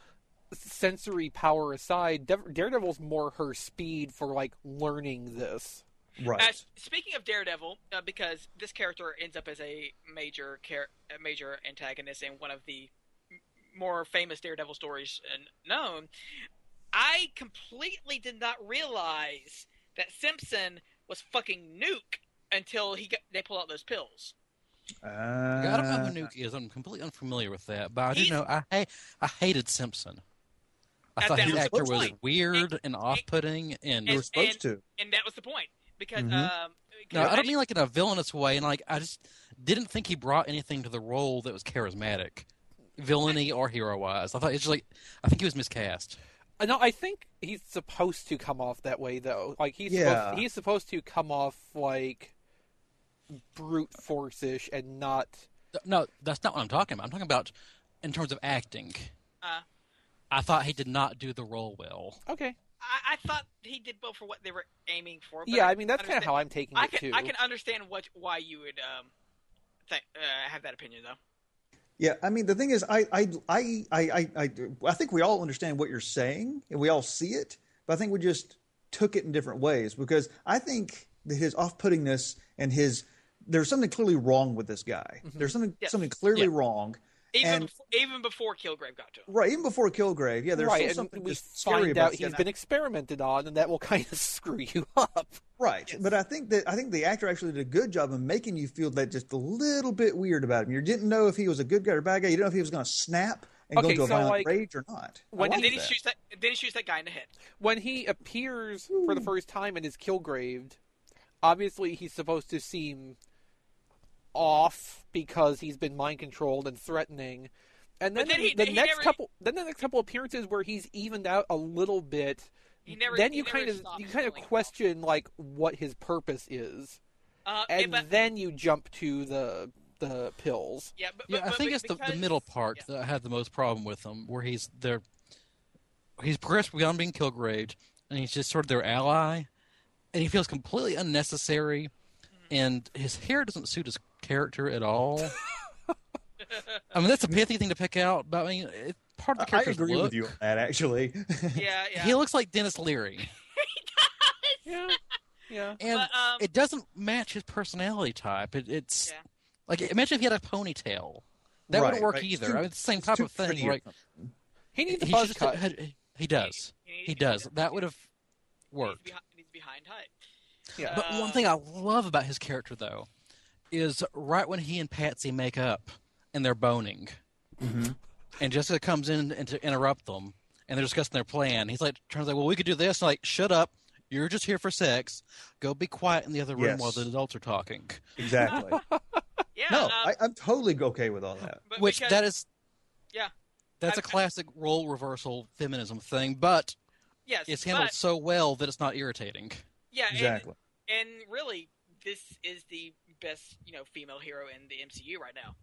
[SPEAKER 2] sensory power aside Dev- Daredevil's more her speed for like learning this.
[SPEAKER 5] right.
[SPEAKER 4] yeah. Uh, speaking of Daredevil, uh, because this character ends up as a major char- a major antagonist in one of the m- more famous Daredevil stories uh, known, I completely did not realize that Simpson was fucking Nuke until he got, they pulled out those pills.
[SPEAKER 3] I don't
[SPEAKER 5] Uh,
[SPEAKER 3] know who Nuke is. I'm completely unfamiliar with that, but I do
[SPEAKER 4] He's-
[SPEAKER 3] know I ha- I hated Simpson. I
[SPEAKER 4] That-
[SPEAKER 3] thought
[SPEAKER 4] that
[SPEAKER 3] his
[SPEAKER 4] was
[SPEAKER 3] actor
[SPEAKER 5] the
[SPEAKER 3] was
[SPEAKER 4] point.
[SPEAKER 3] weird and off-putting, and
[SPEAKER 5] you were
[SPEAKER 4] and-
[SPEAKER 5] supposed to.
[SPEAKER 4] and that was the point because um,
[SPEAKER 5] Mhm.
[SPEAKER 3] no, I
[SPEAKER 4] because-
[SPEAKER 3] don't mean like in a villainous way. And like I just didn't think he brought anything to the role that was charismatic, villainy or hero-wise. I thought it's just like I think he was miscast.
[SPEAKER 2] Uh, No, I think he's supposed to come off that way though. Like he's
[SPEAKER 5] Yeah.
[SPEAKER 2] supposed, he's supposed to come off like brute force ish and not
[SPEAKER 3] No, that's not what I'm talking about. I'm talking about in terms of acting.
[SPEAKER 4] Uh.
[SPEAKER 3] I thought he did not do the role well.
[SPEAKER 2] okay.
[SPEAKER 4] I, I thought he did well for what they were aiming for. But
[SPEAKER 2] yeah, I mean that's kind of
[SPEAKER 4] understand-
[SPEAKER 2] how I'm taking
[SPEAKER 4] I
[SPEAKER 2] it
[SPEAKER 4] can
[SPEAKER 2] too.
[SPEAKER 4] I can understand what why you would um th- uh, have that opinion though.
[SPEAKER 5] Yeah, I mean the thing is, I I I I I, I, I think we all understand what you're saying, and we all see it, but I think we just took it in different ways because I think that his off-puttingness and his there's something clearly wrong with this guy. There's something
[SPEAKER 4] Yes.
[SPEAKER 5] something clearly
[SPEAKER 3] Yeah.
[SPEAKER 5] wrong.
[SPEAKER 4] Even
[SPEAKER 5] And-
[SPEAKER 4] before, even before Kilgrave got to him.
[SPEAKER 5] Right, even before Kilgrave, yeah, there's
[SPEAKER 2] right,
[SPEAKER 5] still
[SPEAKER 2] and
[SPEAKER 5] something
[SPEAKER 2] we
[SPEAKER 5] just scary
[SPEAKER 2] find
[SPEAKER 5] about
[SPEAKER 2] out
[SPEAKER 5] this
[SPEAKER 2] he's
[SPEAKER 5] guy.
[SPEAKER 2] been experimented on, and that will <laughs> kind of screw you up.
[SPEAKER 5] Right, but I think that I think the actor actually did a good job of making you feel that just a little bit weird about him. You didn't know if he was a good guy or a bad guy. You didn't know if he was going to snap and go
[SPEAKER 2] Okay,
[SPEAKER 5] into a
[SPEAKER 2] so,
[SPEAKER 5] violent
[SPEAKER 2] like,
[SPEAKER 5] rage or not. I
[SPEAKER 2] when
[SPEAKER 5] like
[SPEAKER 4] And then he
[SPEAKER 5] that.
[SPEAKER 4] shoots that then he shoots that guy in the head.
[SPEAKER 2] when he appears for the first time and is killgraved, obviously he's supposed to seem off because he's been mind controlled and threatening. And then,
[SPEAKER 4] But then he-
[SPEAKER 2] the
[SPEAKER 4] he
[SPEAKER 2] next
[SPEAKER 4] never-
[SPEAKER 2] couple, then the next couple appearances where he's evened out a little bit,
[SPEAKER 4] He never
[SPEAKER 2] then
[SPEAKER 4] he
[SPEAKER 2] you
[SPEAKER 4] never
[SPEAKER 2] kind of
[SPEAKER 4] stopped
[SPEAKER 2] you kind of
[SPEAKER 4] feeling
[SPEAKER 2] question like what his purpose is,
[SPEAKER 4] off. Uh, yeah,
[SPEAKER 2] and
[SPEAKER 4] but,
[SPEAKER 2] then you jump to the the pills.
[SPEAKER 4] yeah, but,
[SPEAKER 3] Yeah,
[SPEAKER 4] but-
[SPEAKER 3] I
[SPEAKER 4] but-
[SPEAKER 3] think
[SPEAKER 4] but
[SPEAKER 3] it's the, the
[SPEAKER 4] because-
[SPEAKER 3] middle part
[SPEAKER 4] yeah.
[SPEAKER 3] that I had the most problem with him, where he's there. He's progressed beyond being Kilgrave, and he's just sort of their ally, and he feels completely unnecessary,
[SPEAKER 4] Hmm.
[SPEAKER 3] and his hair doesn't suit his character at all. <laughs> I mean, that's a pithy thing to pick out, but I mean, it, part of the
[SPEAKER 5] I
[SPEAKER 3] character's
[SPEAKER 5] agree
[SPEAKER 3] look.
[SPEAKER 5] with you on that actually. <laughs>
[SPEAKER 4] Yeah,
[SPEAKER 3] <laughs>
[SPEAKER 4] yeah.
[SPEAKER 3] He looks like Dennis Leary,
[SPEAKER 2] Yeah, yeah.
[SPEAKER 3] and
[SPEAKER 4] But, um,
[SPEAKER 3] it doesn't match his personality type. It, it's
[SPEAKER 4] Yeah.
[SPEAKER 3] like imagine if he had a ponytail. That
[SPEAKER 5] Right,
[SPEAKER 3] wouldn't work
[SPEAKER 5] right. It's
[SPEAKER 3] either.
[SPEAKER 5] too-
[SPEAKER 3] I mean, it's the same
[SPEAKER 5] it's
[SPEAKER 3] type
[SPEAKER 5] too
[SPEAKER 3] of thing.
[SPEAKER 5] pretty.
[SPEAKER 3] Like,
[SPEAKER 2] He needs a
[SPEAKER 3] he
[SPEAKER 2] buzz
[SPEAKER 3] just-
[SPEAKER 2] cut.
[SPEAKER 3] had- he- he does.
[SPEAKER 4] needs
[SPEAKER 3] He
[SPEAKER 4] to be
[SPEAKER 3] does.
[SPEAKER 4] behind-
[SPEAKER 3] That would have
[SPEAKER 4] he needs to
[SPEAKER 3] worked.
[SPEAKER 4] be hi- he needs to be behind height.
[SPEAKER 2] Yeah.
[SPEAKER 3] But one thing I love about his character, though, is right when he and Patsy make up and they're boning, and Jessica comes in and to interrupt them, and they're discussing their plan. He's like, trying to like, well, we could do this. And like, shut up. You're just here for sex. Go be quiet in the other room
[SPEAKER 5] Yes.
[SPEAKER 3] while the adults are talking.
[SPEAKER 2] <laughs>
[SPEAKER 5] exactly.
[SPEAKER 4] Yeah,
[SPEAKER 5] No,
[SPEAKER 2] uh,
[SPEAKER 4] um,
[SPEAKER 5] I, I'm totally okay with all that.
[SPEAKER 4] but
[SPEAKER 3] Which
[SPEAKER 4] because,
[SPEAKER 3] that is.
[SPEAKER 4] Yeah.
[SPEAKER 3] That's a
[SPEAKER 4] I- I-
[SPEAKER 3] classic role reversal feminism thing, but
[SPEAKER 4] yes,
[SPEAKER 3] it's handled
[SPEAKER 4] but-
[SPEAKER 3] so well that it's not irritating.
[SPEAKER 4] yeah, and-
[SPEAKER 5] Exactly.
[SPEAKER 4] and really this is the best you know female hero in the MCU right now,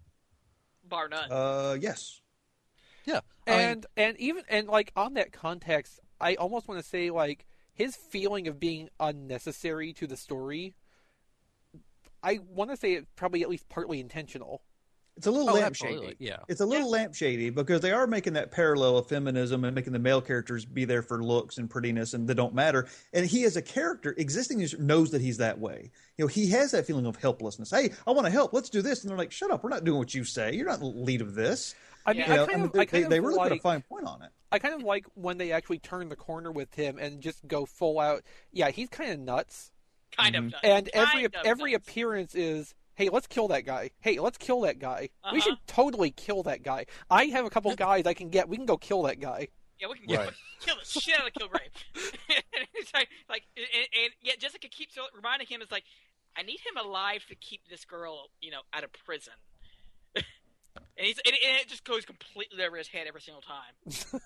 [SPEAKER 4] bar none.
[SPEAKER 5] Uh, yes.
[SPEAKER 3] Yeah, I mean,
[SPEAKER 2] and and even and like on that context, I almost want to say like his feeling of being unnecessary to the story. I want to say it probably at least partly intentional.
[SPEAKER 5] It's a little
[SPEAKER 3] oh,
[SPEAKER 5] lampshady.
[SPEAKER 3] absolutely, yeah.
[SPEAKER 5] It's a little lampshady because they are making that parallel of feminism and making the male characters be there for looks and prettiness and they don't matter. And he, as a character existing, is- knows that he's that way. You know, he has that feeling of helplessness. Hey, I want to help. Let's do this. And they're like, shut up. We're not doing what you say. You're not the lead of this.
[SPEAKER 2] I mean,
[SPEAKER 4] Yeah.
[SPEAKER 5] You
[SPEAKER 2] I
[SPEAKER 5] know,
[SPEAKER 2] kind
[SPEAKER 5] and
[SPEAKER 2] of,
[SPEAKER 5] they,
[SPEAKER 2] I kind
[SPEAKER 5] they,
[SPEAKER 2] of
[SPEAKER 5] they really
[SPEAKER 2] like,
[SPEAKER 5] put a fine point on it.
[SPEAKER 2] I kind of like when they actually turn the corner with him and just go full out. Yeah, he's kind of nuts.
[SPEAKER 4] kind
[SPEAKER 3] mm-hmm.
[SPEAKER 4] of nuts.
[SPEAKER 2] And every
[SPEAKER 4] Kind of
[SPEAKER 2] every
[SPEAKER 4] nuts.
[SPEAKER 2] appearance is, hey, let's kill that guy. Hey, let's kill that guy.
[SPEAKER 4] Uh-huh.
[SPEAKER 2] We should totally kill that guy. I have a couple guys I can get. We can go kill that guy.
[SPEAKER 4] Yeah, we can kill,
[SPEAKER 3] Right.
[SPEAKER 4] <laughs> kill the shit out of Kilgrave. <laughs> it's like, like and, and yet Jessica keeps reminding him, "It's like I need him alive to keep this girl, you know, out of prison." <laughs> and he's and, it- and it just goes completely over his head every single time.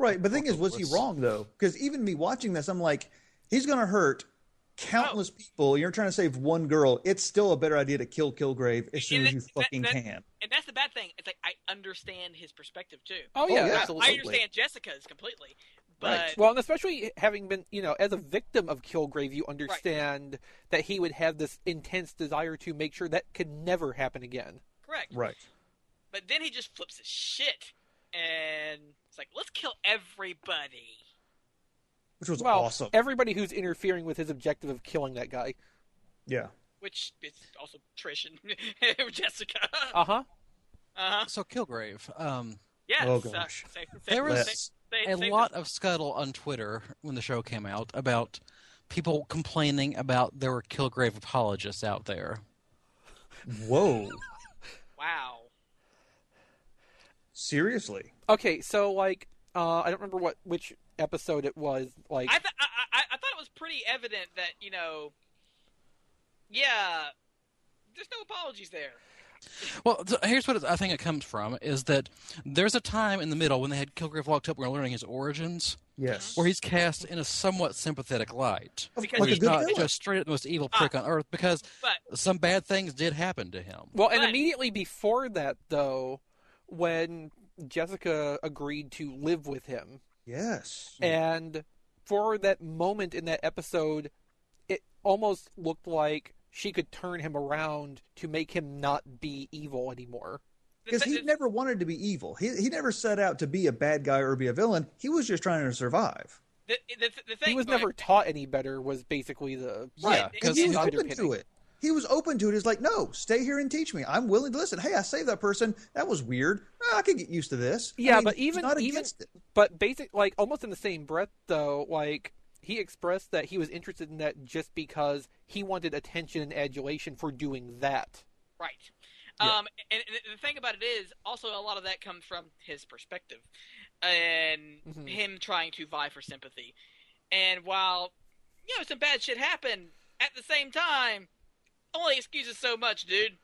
[SPEAKER 5] Right. But the thing is, was he
[SPEAKER 3] was-
[SPEAKER 5] wrong though? Because even me watching this, I'm like, he's going to hurt countless
[SPEAKER 2] Oh.
[SPEAKER 5] people. You're trying to save one girl. It's still a better idea to kill Kilgrave as soon
[SPEAKER 4] And
[SPEAKER 5] as you
[SPEAKER 4] that- that-
[SPEAKER 5] fucking
[SPEAKER 4] that-
[SPEAKER 5] can.
[SPEAKER 4] And that's the bad thing. It's like I understand his perspective too.
[SPEAKER 2] Oh
[SPEAKER 5] yeah, yeah.
[SPEAKER 4] I-
[SPEAKER 5] absolutely.
[SPEAKER 4] I understand Jessica's completely, but
[SPEAKER 5] Right.
[SPEAKER 2] Well, and especially having been, you know, as a victim of Kilgrave, you understand that he would have this intense desire to make sure that could never happen again.
[SPEAKER 4] correct.
[SPEAKER 5] Right.
[SPEAKER 4] But then he just flips his shit, and it's like, "Let's kill everybody."
[SPEAKER 5] Which was
[SPEAKER 2] well,
[SPEAKER 5] awesome.
[SPEAKER 2] everybody who's interfering with his objective of killing that guy.
[SPEAKER 5] yeah.
[SPEAKER 4] Which is also Trish and <laughs> Jessica.
[SPEAKER 2] Uh huh.
[SPEAKER 4] Uh-huh.
[SPEAKER 3] so Kilgrave. Um,
[SPEAKER 4] Yes.
[SPEAKER 5] Oh,
[SPEAKER 4] uh,
[SPEAKER 5] gosh.
[SPEAKER 4] say- say-
[SPEAKER 3] There was
[SPEAKER 4] say- say-
[SPEAKER 3] a
[SPEAKER 4] say
[SPEAKER 3] lot of scuttle on Twitter when the show came out about people complaining about there were Kilgrave apologists out there.
[SPEAKER 5] Whoa.
[SPEAKER 4] this- Wow.
[SPEAKER 5] Seriously.
[SPEAKER 2] Okay, so like, uh, I don't remember what which episode it was. Like,
[SPEAKER 4] I, th- I, I I thought it was pretty evident that you know, yeah, there's no apologies there.
[SPEAKER 3] Well, th- here's what it, I think it comes from is that there's a time in the middle when they had Kilgrave locked up, we're learning his origins,
[SPEAKER 5] Yes.
[SPEAKER 3] where he's cast in a somewhat sympathetic light.
[SPEAKER 5] Of-
[SPEAKER 4] because
[SPEAKER 5] like a
[SPEAKER 3] he's
[SPEAKER 5] good
[SPEAKER 3] not
[SPEAKER 5] villain.
[SPEAKER 3] just straight up the most evil prick on earth because
[SPEAKER 4] But
[SPEAKER 3] some bad things did happen to him.
[SPEAKER 2] well, and
[SPEAKER 4] Right.
[SPEAKER 2] immediately before that, though, when Jessica agreed to live with him,
[SPEAKER 5] Yes.
[SPEAKER 2] and for that moment in that episode, it almost looked like she could turn him around to make him not be evil anymore.
[SPEAKER 5] Because he never wanted to be evil. He, he never set out to be a bad guy or be a villain. He was just trying to survive.
[SPEAKER 4] the, the, the thing
[SPEAKER 2] He was
[SPEAKER 4] but-
[SPEAKER 2] never taught any better. Was basically the
[SPEAKER 3] Right, Yeah,
[SPEAKER 5] And
[SPEAKER 3] because
[SPEAKER 5] he was
[SPEAKER 3] he's
[SPEAKER 5] open to
[SPEAKER 2] underpinning.
[SPEAKER 5] it. He was open to it. He's like, no, stay here and teach me. I'm willing to listen. Hey, I saved that person. That was weird. Ah, I could get used to this. I
[SPEAKER 2] Yeah,
[SPEAKER 5] mean,
[SPEAKER 2] but
[SPEAKER 5] he's
[SPEAKER 2] even-
[SPEAKER 5] not
[SPEAKER 2] even-
[SPEAKER 5] against it.
[SPEAKER 2] But basic, like almost in the same breath, though, like he expressed that he was interested in that just because he wanted attention and adulation for doing that.
[SPEAKER 4] Right.
[SPEAKER 5] Yeah.
[SPEAKER 4] Um, and, and the thing about it is, also a lot of that comes from his perspective, and
[SPEAKER 5] Mm-hmm.
[SPEAKER 2] Mhm.
[SPEAKER 4] him trying to vie for sympathy. And while you know some bad shit happened, at the same time, only excuses so much, dude.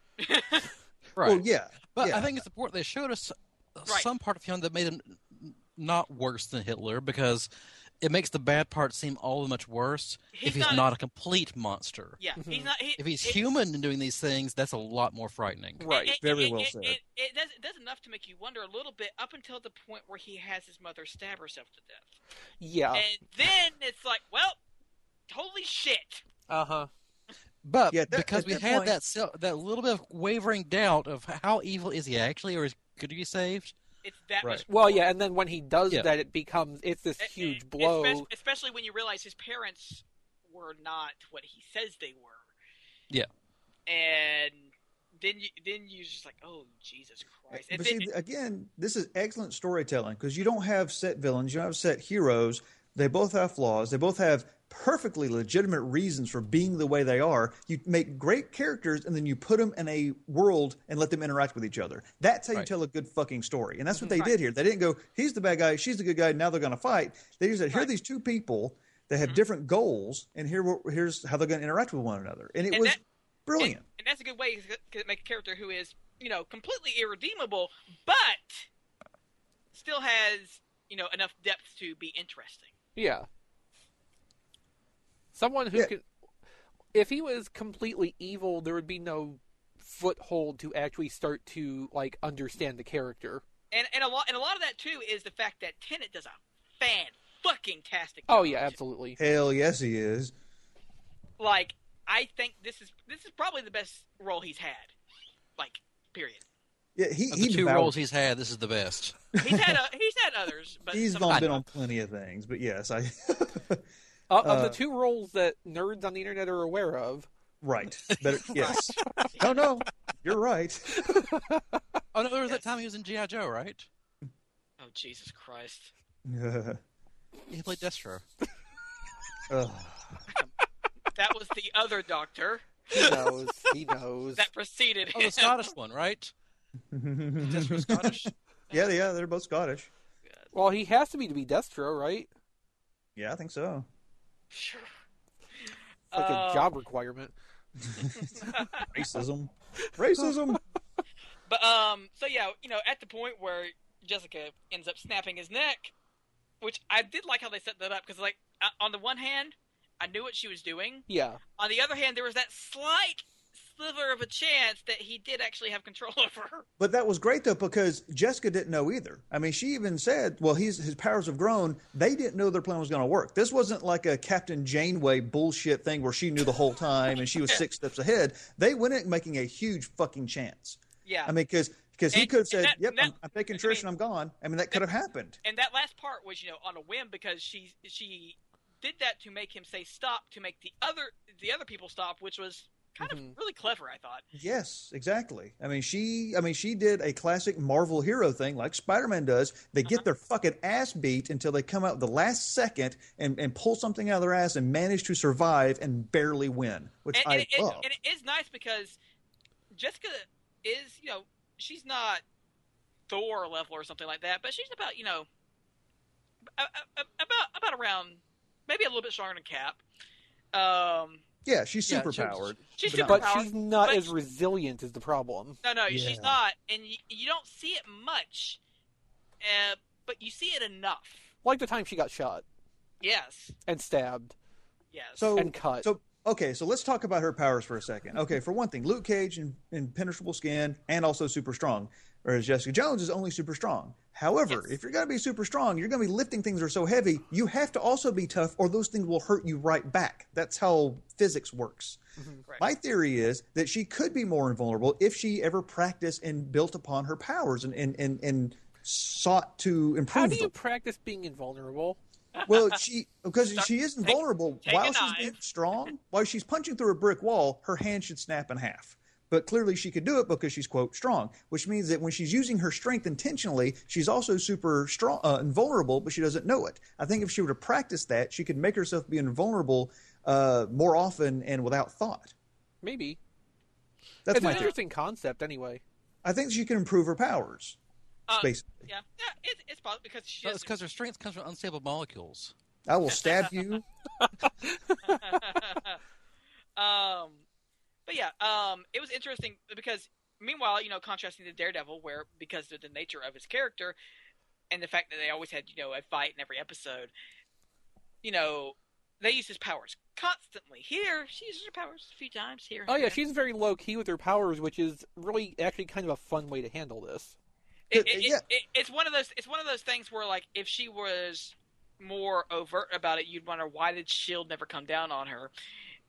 [SPEAKER 3] Right.
[SPEAKER 5] Well, yeah.
[SPEAKER 3] But
[SPEAKER 5] yeah.
[SPEAKER 3] I think it's important they showed us
[SPEAKER 4] Right.
[SPEAKER 3] some part of him that made him n- not worse than Hitler because it makes the bad part seem all the much worse
[SPEAKER 4] He's
[SPEAKER 3] if he's
[SPEAKER 4] not-
[SPEAKER 3] not a complete monster.
[SPEAKER 4] Yeah, he's
[SPEAKER 2] Mm-hmm.
[SPEAKER 4] not. He,
[SPEAKER 3] If he's
[SPEAKER 4] it-
[SPEAKER 3] human and doing these things, that's a lot more frightening.
[SPEAKER 2] Right.
[SPEAKER 4] it-
[SPEAKER 5] very
[SPEAKER 4] it-
[SPEAKER 5] well
[SPEAKER 4] it-
[SPEAKER 5] said.
[SPEAKER 4] It, it does, it does enough to make you wonder a little bit up until the point where he has his mother stab herself to death,
[SPEAKER 2] Yeah.
[SPEAKER 4] and then it's like, well, holy shit.
[SPEAKER 2] Uh huh.
[SPEAKER 3] But
[SPEAKER 5] Uh-huh. Yeah, that-
[SPEAKER 3] because
[SPEAKER 5] at
[SPEAKER 3] we
[SPEAKER 5] that
[SPEAKER 3] had
[SPEAKER 5] point-
[SPEAKER 3] that se- that little bit of wavering doubt of how evil is he actually, or is, could he be saved?
[SPEAKER 4] It's that
[SPEAKER 5] Right.
[SPEAKER 4] much.
[SPEAKER 2] Well,
[SPEAKER 4] more.
[SPEAKER 2] yeah, and then when he does
[SPEAKER 3] Yeah.
[SPEAKER 2] that, it becomes it's this
[SPEAKER 4] E-
[SPEAKER 2] huge
[SPEAKER 4] e-
[SPEAKER 2] blow.
[SPEAKER 4] espec- especially when you realize his parents were not what he says they were.
[SPEAKER 3] Yeah.
[SPEAKER 4] And then you then you just like, oh Jesus Christ! And
[SPEAKER 5] But
[SPEAKER 4] then,
[SPEAKER 5] see, again, this is excellent storytelling because you don't have set villains, you don't have set heroes. They both have flaws. They both have perfectly legitimate reasons for being the way they are. You make great characters and then you put them in a world and let them interact with each other. That's how you
[SPEAKER 3] Right. Mm-hmm.
[SPEAKER 5] tell a good fucking story. And that's what they
[SPEAKER 4] Right.
[SPEAKER 5] did here. They didn't go, he's the bad guy, she's the good guy, now they're going to fight. They just said, here are
[SPEAKER 4] Right.
[SPEAKER 5] these two people that
[SPEAKER 3] Mm-hmm.
[SPEAKER 5] have different goals, and here what- here's how they're going to interact with one another. And it
[SPEAKER 4] And
[SPEAKER 5] was
[SPEAKER 4] that-
[SPEAKER 5] brilliant.
[SPEAKER 4] and, and that's a good way to make a character who is you know completely irredeemable, but still has you know enough depth to be interesting.
[SPEAKER 2] Yeah. Someone who
[SPEAKER 5] Yeah.
[SPEAKER 2] can if he was completely evil, there would be no foothold to actually start to like understand the character.
[SPEAKER 4] And and a lot and a lot of that too is the fact that Tenet does a fan fucking tastic.
[SPEAKER 2] Oh yeah, absolutely.
[SPEAKER 5] Hell yes, he is.
[SPEAKER 4] Like I think this is this is probably the best role he's had. Like period.
[SPEAKER 5] Yeah, he,
[SPEAKER 3] Of the
[SPEAKER 5] he
[SPEAKER 3] two
[SPEAKER 5] devoured-
[SPEAKER 3] roles he's had, this is the best.
[SPEAKER 4] He's had a, he's had others, but
[SPEAKER 5] He's
[SPEAKER 4] some-
[SPEAKER 5] gone been on plenty of things, but yes, I <laughs>
[SPEAKER 2] Uh, of the
[SPEAKER 5] Uh,
[SPEAKER 2] two roles that nerds on the internet are aware of,
[SPEAKER 4] <laughs>
[SPEAKER 5] right. Better, yes. no, no, you're right. <laughs>
[SPEAKER 3] Oh no, there was that time he was in GI Joe, right?
[SPEAKER 4] Oh Jesus Christ!
[SPEAKER 3] He played <laughs> Destro.
[SPEAKER 5] Ugh. <laughs>
[SPEAKER 4] That was the other doctor
[SPEAKER 2] he
[SPEAKER 5] <laughs>
[SPEAKER 2] knows. he knows.
[SPEAKER 4] that preceded
[SPEAKER 3] Oh,
[SPEAKER 4] him.
[SPEAKER 3] the <laughs> Scottish one, right? Destro Scottish.
[SPEAKER 5] yeah, yeah, they're both Scottish.
[SPEAKER 2] Well, he has to be to be Destro, right?
[SPEAKER 5] Yeah, I think so.
[SPEAKER 4] Sure.
[SPEAKER 2] It's <laughs> like
[SPEAKER 4] Uh,
[SPEAKER 2] a job requirement.
[SPEAKER 5] Racism. Racism.
[SPEAKER 4] But um, so yeah, you know, at the point where Jessica ends up snapping his neck, which I did like how they set that up because, like, uh, on the one hand, I knew what she was doing.
[SPEAKER 2] Yeah.
[SPEAKER 4] On the other hand, there was that slight sliver of a chance that he did actually have control <laughs> over her.
[SPEAKER 5] But that was great though because Jessica didn't know either. I mean, she even said, "Well, he's, his powers have grown." They didn't know their plan was going to work. This wasn't like a Captain Janeway bullshit thing where she knew the whole time and she
[SPEAKER 4] <laughs>
[SPEAKER 5] was six steps ahead. They went in making a huge fucking chance.
[SPEAKER 4] Yeah.
[SPEAKER 5] I mean, because he
[SPEAKER 4] And-
[SPEAKER 5] could have
[SPEAKER 4] and
[SPEAKER 5] said,
[SPEAKER 4] that-
[SPEAKER 5] "Yep,
[SPEAKER 4] that-
[SPEAKER 5] I'm, I'm taking
[SPEAKER 4] I
[SPEAKER 5] Trish
[SPEAKER 4] mean-
[SPEAKER 5] and I'm gone." I mean, that could have happened.
[SPEAKER 4] and that last part was, you know, on a whim because she she did that to make him say stop to make the other the other people stop, which was kind
[SPEAKER 2] Mhm.
[SPEAKER 4] of really clever, I thought.
[SPEAKER 5] Yes, exactly. I mean, she. I mean, she did a classic Marvel hero thing, like Spider-Man does. They
[SPEAKER 4] Uh-huh.
[SPEAKER 5] get their fucking ass beat until they come out the last second and, and pull something out of their ass and manage to survive and barely win, which
[SPEAKER 4] and,
[SPEAKER 5] I
[SPEAKER 4] and, it-
[SPEAKER 5] love.
[SPEAKER 4] and it is nice because Jessica is, you know, she's not Thor level or something like that, but she's about, you know, a- a- a- about about around maybe a little bit stronger than Cap. Um,
[SPEAKER 5] yeah, she's
[SPEAKER 3] Yeah,
[SPEAKER 5] super powered.
[SPEAKER 4] she's
[SPEAKER 5] But
[SPEAKER 4] super
[SPEAKER 2] But
[SPEAKER 4] powered.
[SPEAKER 2] she's not
[SPEAKER 4] but
[SPEAKER 2] as
[SPEAKER 4] she-
[SPEAKER 2] resilient is the problem.
[SPEAKER 4] no, no,
[SPEAKER 5] Yeah.
[SPEAKER 4] she's not, and you, you don't see it much, uh, but you see it enough.
[SPEAKER 2] Like the time she got shot
[SPEAKER 4] Yes,
[SPEAKER 2] and stabbed
[SPEAKER 4] yes.
[SPEAKER 5] So
[SPEAKER 2] and cut.
[SPEAKER 5] So okay, so let's talk about her powers for a second. Okay, for one thing, Luke Cage and impenetrable skin and also super strong. Whereas Jessica Jones is only super strong. However,
[SPEAKER 4] Yes.
[SPEAKER 5] if you're gonna be super strong, you're gonna be lifting things that are so heavy, you have to also be tough or those things will hurt you right back. That's how physics works.
[SPEAKER 2] Mm-hmm,
[SPEAKER 4] Correct.
[SPEAKER 5] My theory is that she could be more invulnerable if she ever practiced and built upon her powers and and, and, and sought to improve
[SPEAKER 2] How do you
[SPEAKER 5] them.
[SPEAKER 2] practice being invulnerable?
[SPEAKER 5] Well, she because she is
[SPEAKER 4] take-
[SPEAKER 5] invulnerable
[SPEAKER 4] take
[SPEAKER 5] while
[SPEAKER 4] a
[SPEAKER 5] she's
[SPEAKER 4] knife.
[SPEAKER 5] being strong. While she's punching through a brick wall, her hand should snap in half. But clearly, she could do it because she's quote strong, which means that when she's using her strength intentionally, she's also super strong, uh, invulnerable, but she doesn't know it. I think if she were to practice that, she could make herself be invulnerable uh, more often and without thought.
[SPEAKER 2] Maybe.
[SPEAKER 5] That's
[SPEAKER 2] it's
[SPEAKER 5] my
[SPEAKER 2] an
[SPEAKER 5] theory.
[SPEAKER 2] interesting concept, anyway.
[SPEAKER 5] I think she can improve her powers.
[SPEAKER 4] Uh,
[SPEAKER 5] Basically,
[SPEAKER 4] yeah, yeah, it, it's possible because she
[SPEAKER 3] No, Oh,
[SPEAKER 4] is
[SPEAKER 3] it's because her strength comes from unstable molecules.
[SPEAKER 4] <laughs>
[SPEAKER 5] I will stab you.
[SPEAKER 4] <laughs> um, but yeah, um, it was interesting because meanwhile, you know, contrasting to Daredevil, where because of the nature of his character and the fact that they always had you know a fight in every episode, you know, they use his powers constantly. Here, she uses her powers a few times. Here, and
[SPEAKER 2] Oh yeah,
[SPEAKER 4] there.
[SPEAKER 2] she's very low key with her powers, which is really actually kind of a fun way to handle this.
[SPEAKER 4] It,
[SPEAKER 5] Good,
[SPEAKER 4] it,
[SPEAKER 5] yeah.
[SPEAKER 4] it, it, it's one of those. It's one of those things where like if she was more overt about it, you'd wonder why did Shield E never come down on her.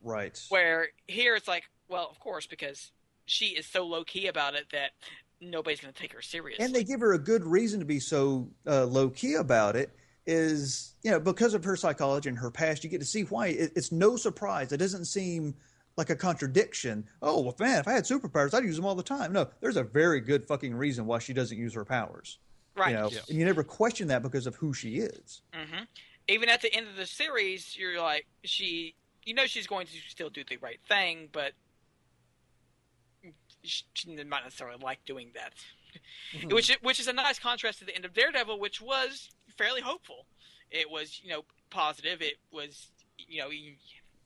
[SPEAKER 5] Right.
[SPEAKER 4] Where here it's like, well, of course, because she is so low key about it that nobody's going to take her seriously.
[SPEAKER 5] and they give her a good reason to be so uh, low key about it is you know because of her psychology and her past you get to see why it, it's no surprise it doesn't seem like a contradiction oh well man if i had superpowers i'd use them all the time no there's a very good fucking reason why she doesn't use her powers
[SPEAKER 4] right.
[SPEAKER 5] you know and you never question that because of who she is
[SPEAKER 4] hmm Even at the end of the series, you're like, she, you know, she's going to still do the right thing, but she, she might not necessarily like doing that.
[SPEAKER 5] Mm-hmm.
[SPEAKER 4] Which, which is a nice contrast to the end of Daredevil, which was fairly hopeful. It was, you know, positive. It was, you know, he,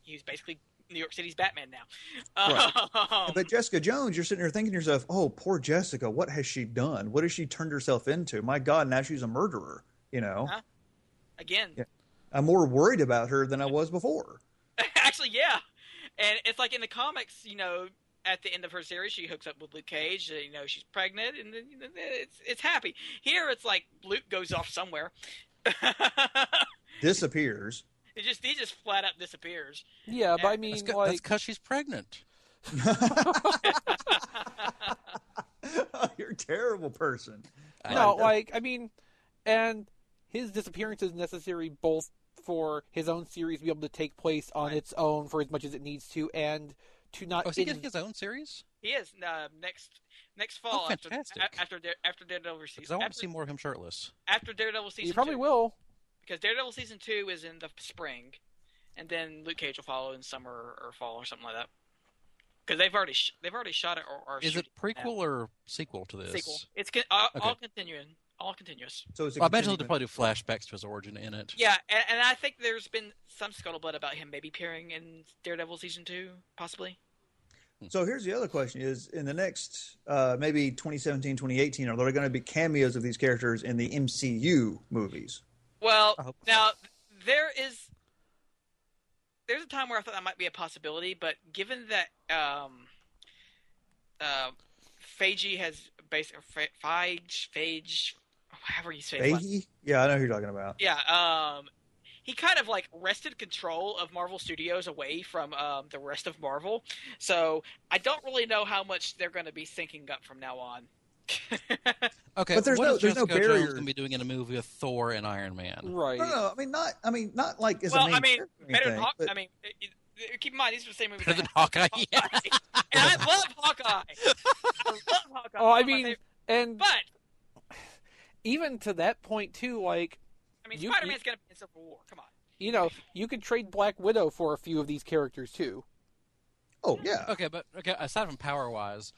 [SPEAKER 4] he was basically New York City's Batman now. <laughs> Um,
[SPEAKER 5] but Jessica Jones, you're sitting there thinking to yourself, "Oh, poor Jessica. What has she done? What has she turned herself into? My God, now she's a murderer." You know,
[SPEAKER 4] Huh? again,
[SPEAKER 5] I'm more worried about her than I was before.
[SPEAKER 4] <laughs> actually, yeah. And it's like in the comics, you know, at the end of her series, she hooks up with Luke Cage. uh, You know, she's pregnant, and then you know, it's it's happy. Here, it's like Luke goes off somewhere. <laughs> it
[SPEAKER 5] disappears.
[SPEAKER 4] just he just flat out disappears.
[SPEAKER 2] Yeah, but I
[SPEAKER 4] That's
[SPEAKER 2] mean,
[SPEAKER 3] That's because
[SPEAKER 2] like,
[SPEAKER 3] she's pregnant.
[SPEAKER 5] <laughs> You're a terrible person.
[SPEAKER 2] no, like, I mean, and his disappearance is necessary both for his own series to be able to take place on its own for as much as it needs to, and to not.
[SPEAKER 3] Oh, is he
[SPEAKER 2] in-
[SPEAKER 3] getting his own series?
[SPEAKER 4] He is uh, next next fall
[SPEAKER 3] Oh,
[SPEAKER 4] after
[SPEAKER 3] fantastic.
[SPEAKER 4] a- after Dare- after Daredevil
[SPEAKER 3] Because
[SPEAKER 4] season.
[SPEAKER 3] I want
[SPEAKER 4] after,
[SPEAKER 3] to see more of him shirtless.
[SPEAKER 4] after Daredevil season.
[SPEAKER 2] you probably
[SPEAKER 4] two,
[SPEAKER 2] will.
[SPEAKER 4] because Daredevil season two is in the spring, and then Luke Cage will follow in summer or, or fall or something like that. Because they've already sh- they've already shot it or, or
[SPEAKER 3] Is it
[SPEAKER 4] shooting now.
[SPEAKER 3] prequel or sequel to this?
[SPEAKER 4] sequel? It's con- all,
[SPEAKER 3] Okay.
[SPEAKER 4] all continuing, all continuous.
[SPEAKER 5] So it's a
[SPEAKER 3] Well, I imagine they'll
[SPEAKER 5] continuing-
[SPEAKER 3] probably do flashbacks to his origin in it.
[SPEAKER 4] Yeah, and, and I think there's been some scuttlebutt about him maybe appearing in Daredevil season two, possibly.
[SPEAKER 5] So here's the other question is in the next uh, maybe 2017, 2018, are there going to be cameos of these characters in the MCU movies?
[SPEAKER 4] Well,
[SPEAKER 5] I hope so.
[SPEAKER 4] now there is there's a time where I thought that might be a possibility, but given that um, uh, Feige has base or Fe- Feige, Feige, however you say it,
[SPEAKER 5] Fahey? Yeah, I know who you're talking about.
[SPEAKER 4] yeah, um, he kind of like wrested control of Marvel Studios away from um, the rest of Marvel, so I don't really know how much they're going to be syncing up from now on.
[SPEAKER 3] Okay,
[SPEAKER 5] But there's
[SPEAKER 3] what
[SPEAKER 5] no-
[SPEAKER 3] is
[SPEAKER 5] there's no
[SPEAKER 3] Jessica Jones
[SPEAKER 5] barrier.
[SPEAKER 3] gonna be doing in a movie with Thor and Iron Man?
[SPEAKER 2] Right. Oh,
[SPEAKER 5] No, no, no, I mean not. I mean not like as a
[SPEAKER 4] well,
[SPEAKER 5] main
[SPEAKER 4] I mean,
[SPEAKER 5] character or
[SPEAKER 4] better than
[SPEAKER 5] anything,
[SPEAKER 4] Hawk.
[SPEAKER 5] but-
[SPEAKER 4] I mean, it- it- keep in mind these are the same movies.
[SPEAKER 3] Better than <laughs>
[SPEAKER 4] that
[SPEAKER 2] <laughs>
[SPEAKER 3] Hawkeye. Yeah.
[SPEAKER 4] Hawkeye. <laughs> and I love Hawkeye. I love Hawkeye.
[SPEAKER 2] Oh, I
[SPEAKER 4] One of my
[SPEAKER 2] mean,
[SPEAKER 4] favorite-
[SPEAKER 2] and
[SPEAKER 4] but
[SPEAKER 2] even to that point too, like
[SPEAKER 4] I mean,
[SPEAKER 2] you- you-
[SPEAKER 4] Spider Man's gonna be in Civil War. Come on.
[SPEAKER 2] you know, you could trade Black Widow for a few of these characters too.
[SPEAKER 5] oh yeah,
[SPEAKER 3] Okay, but okay. Aside from power wise,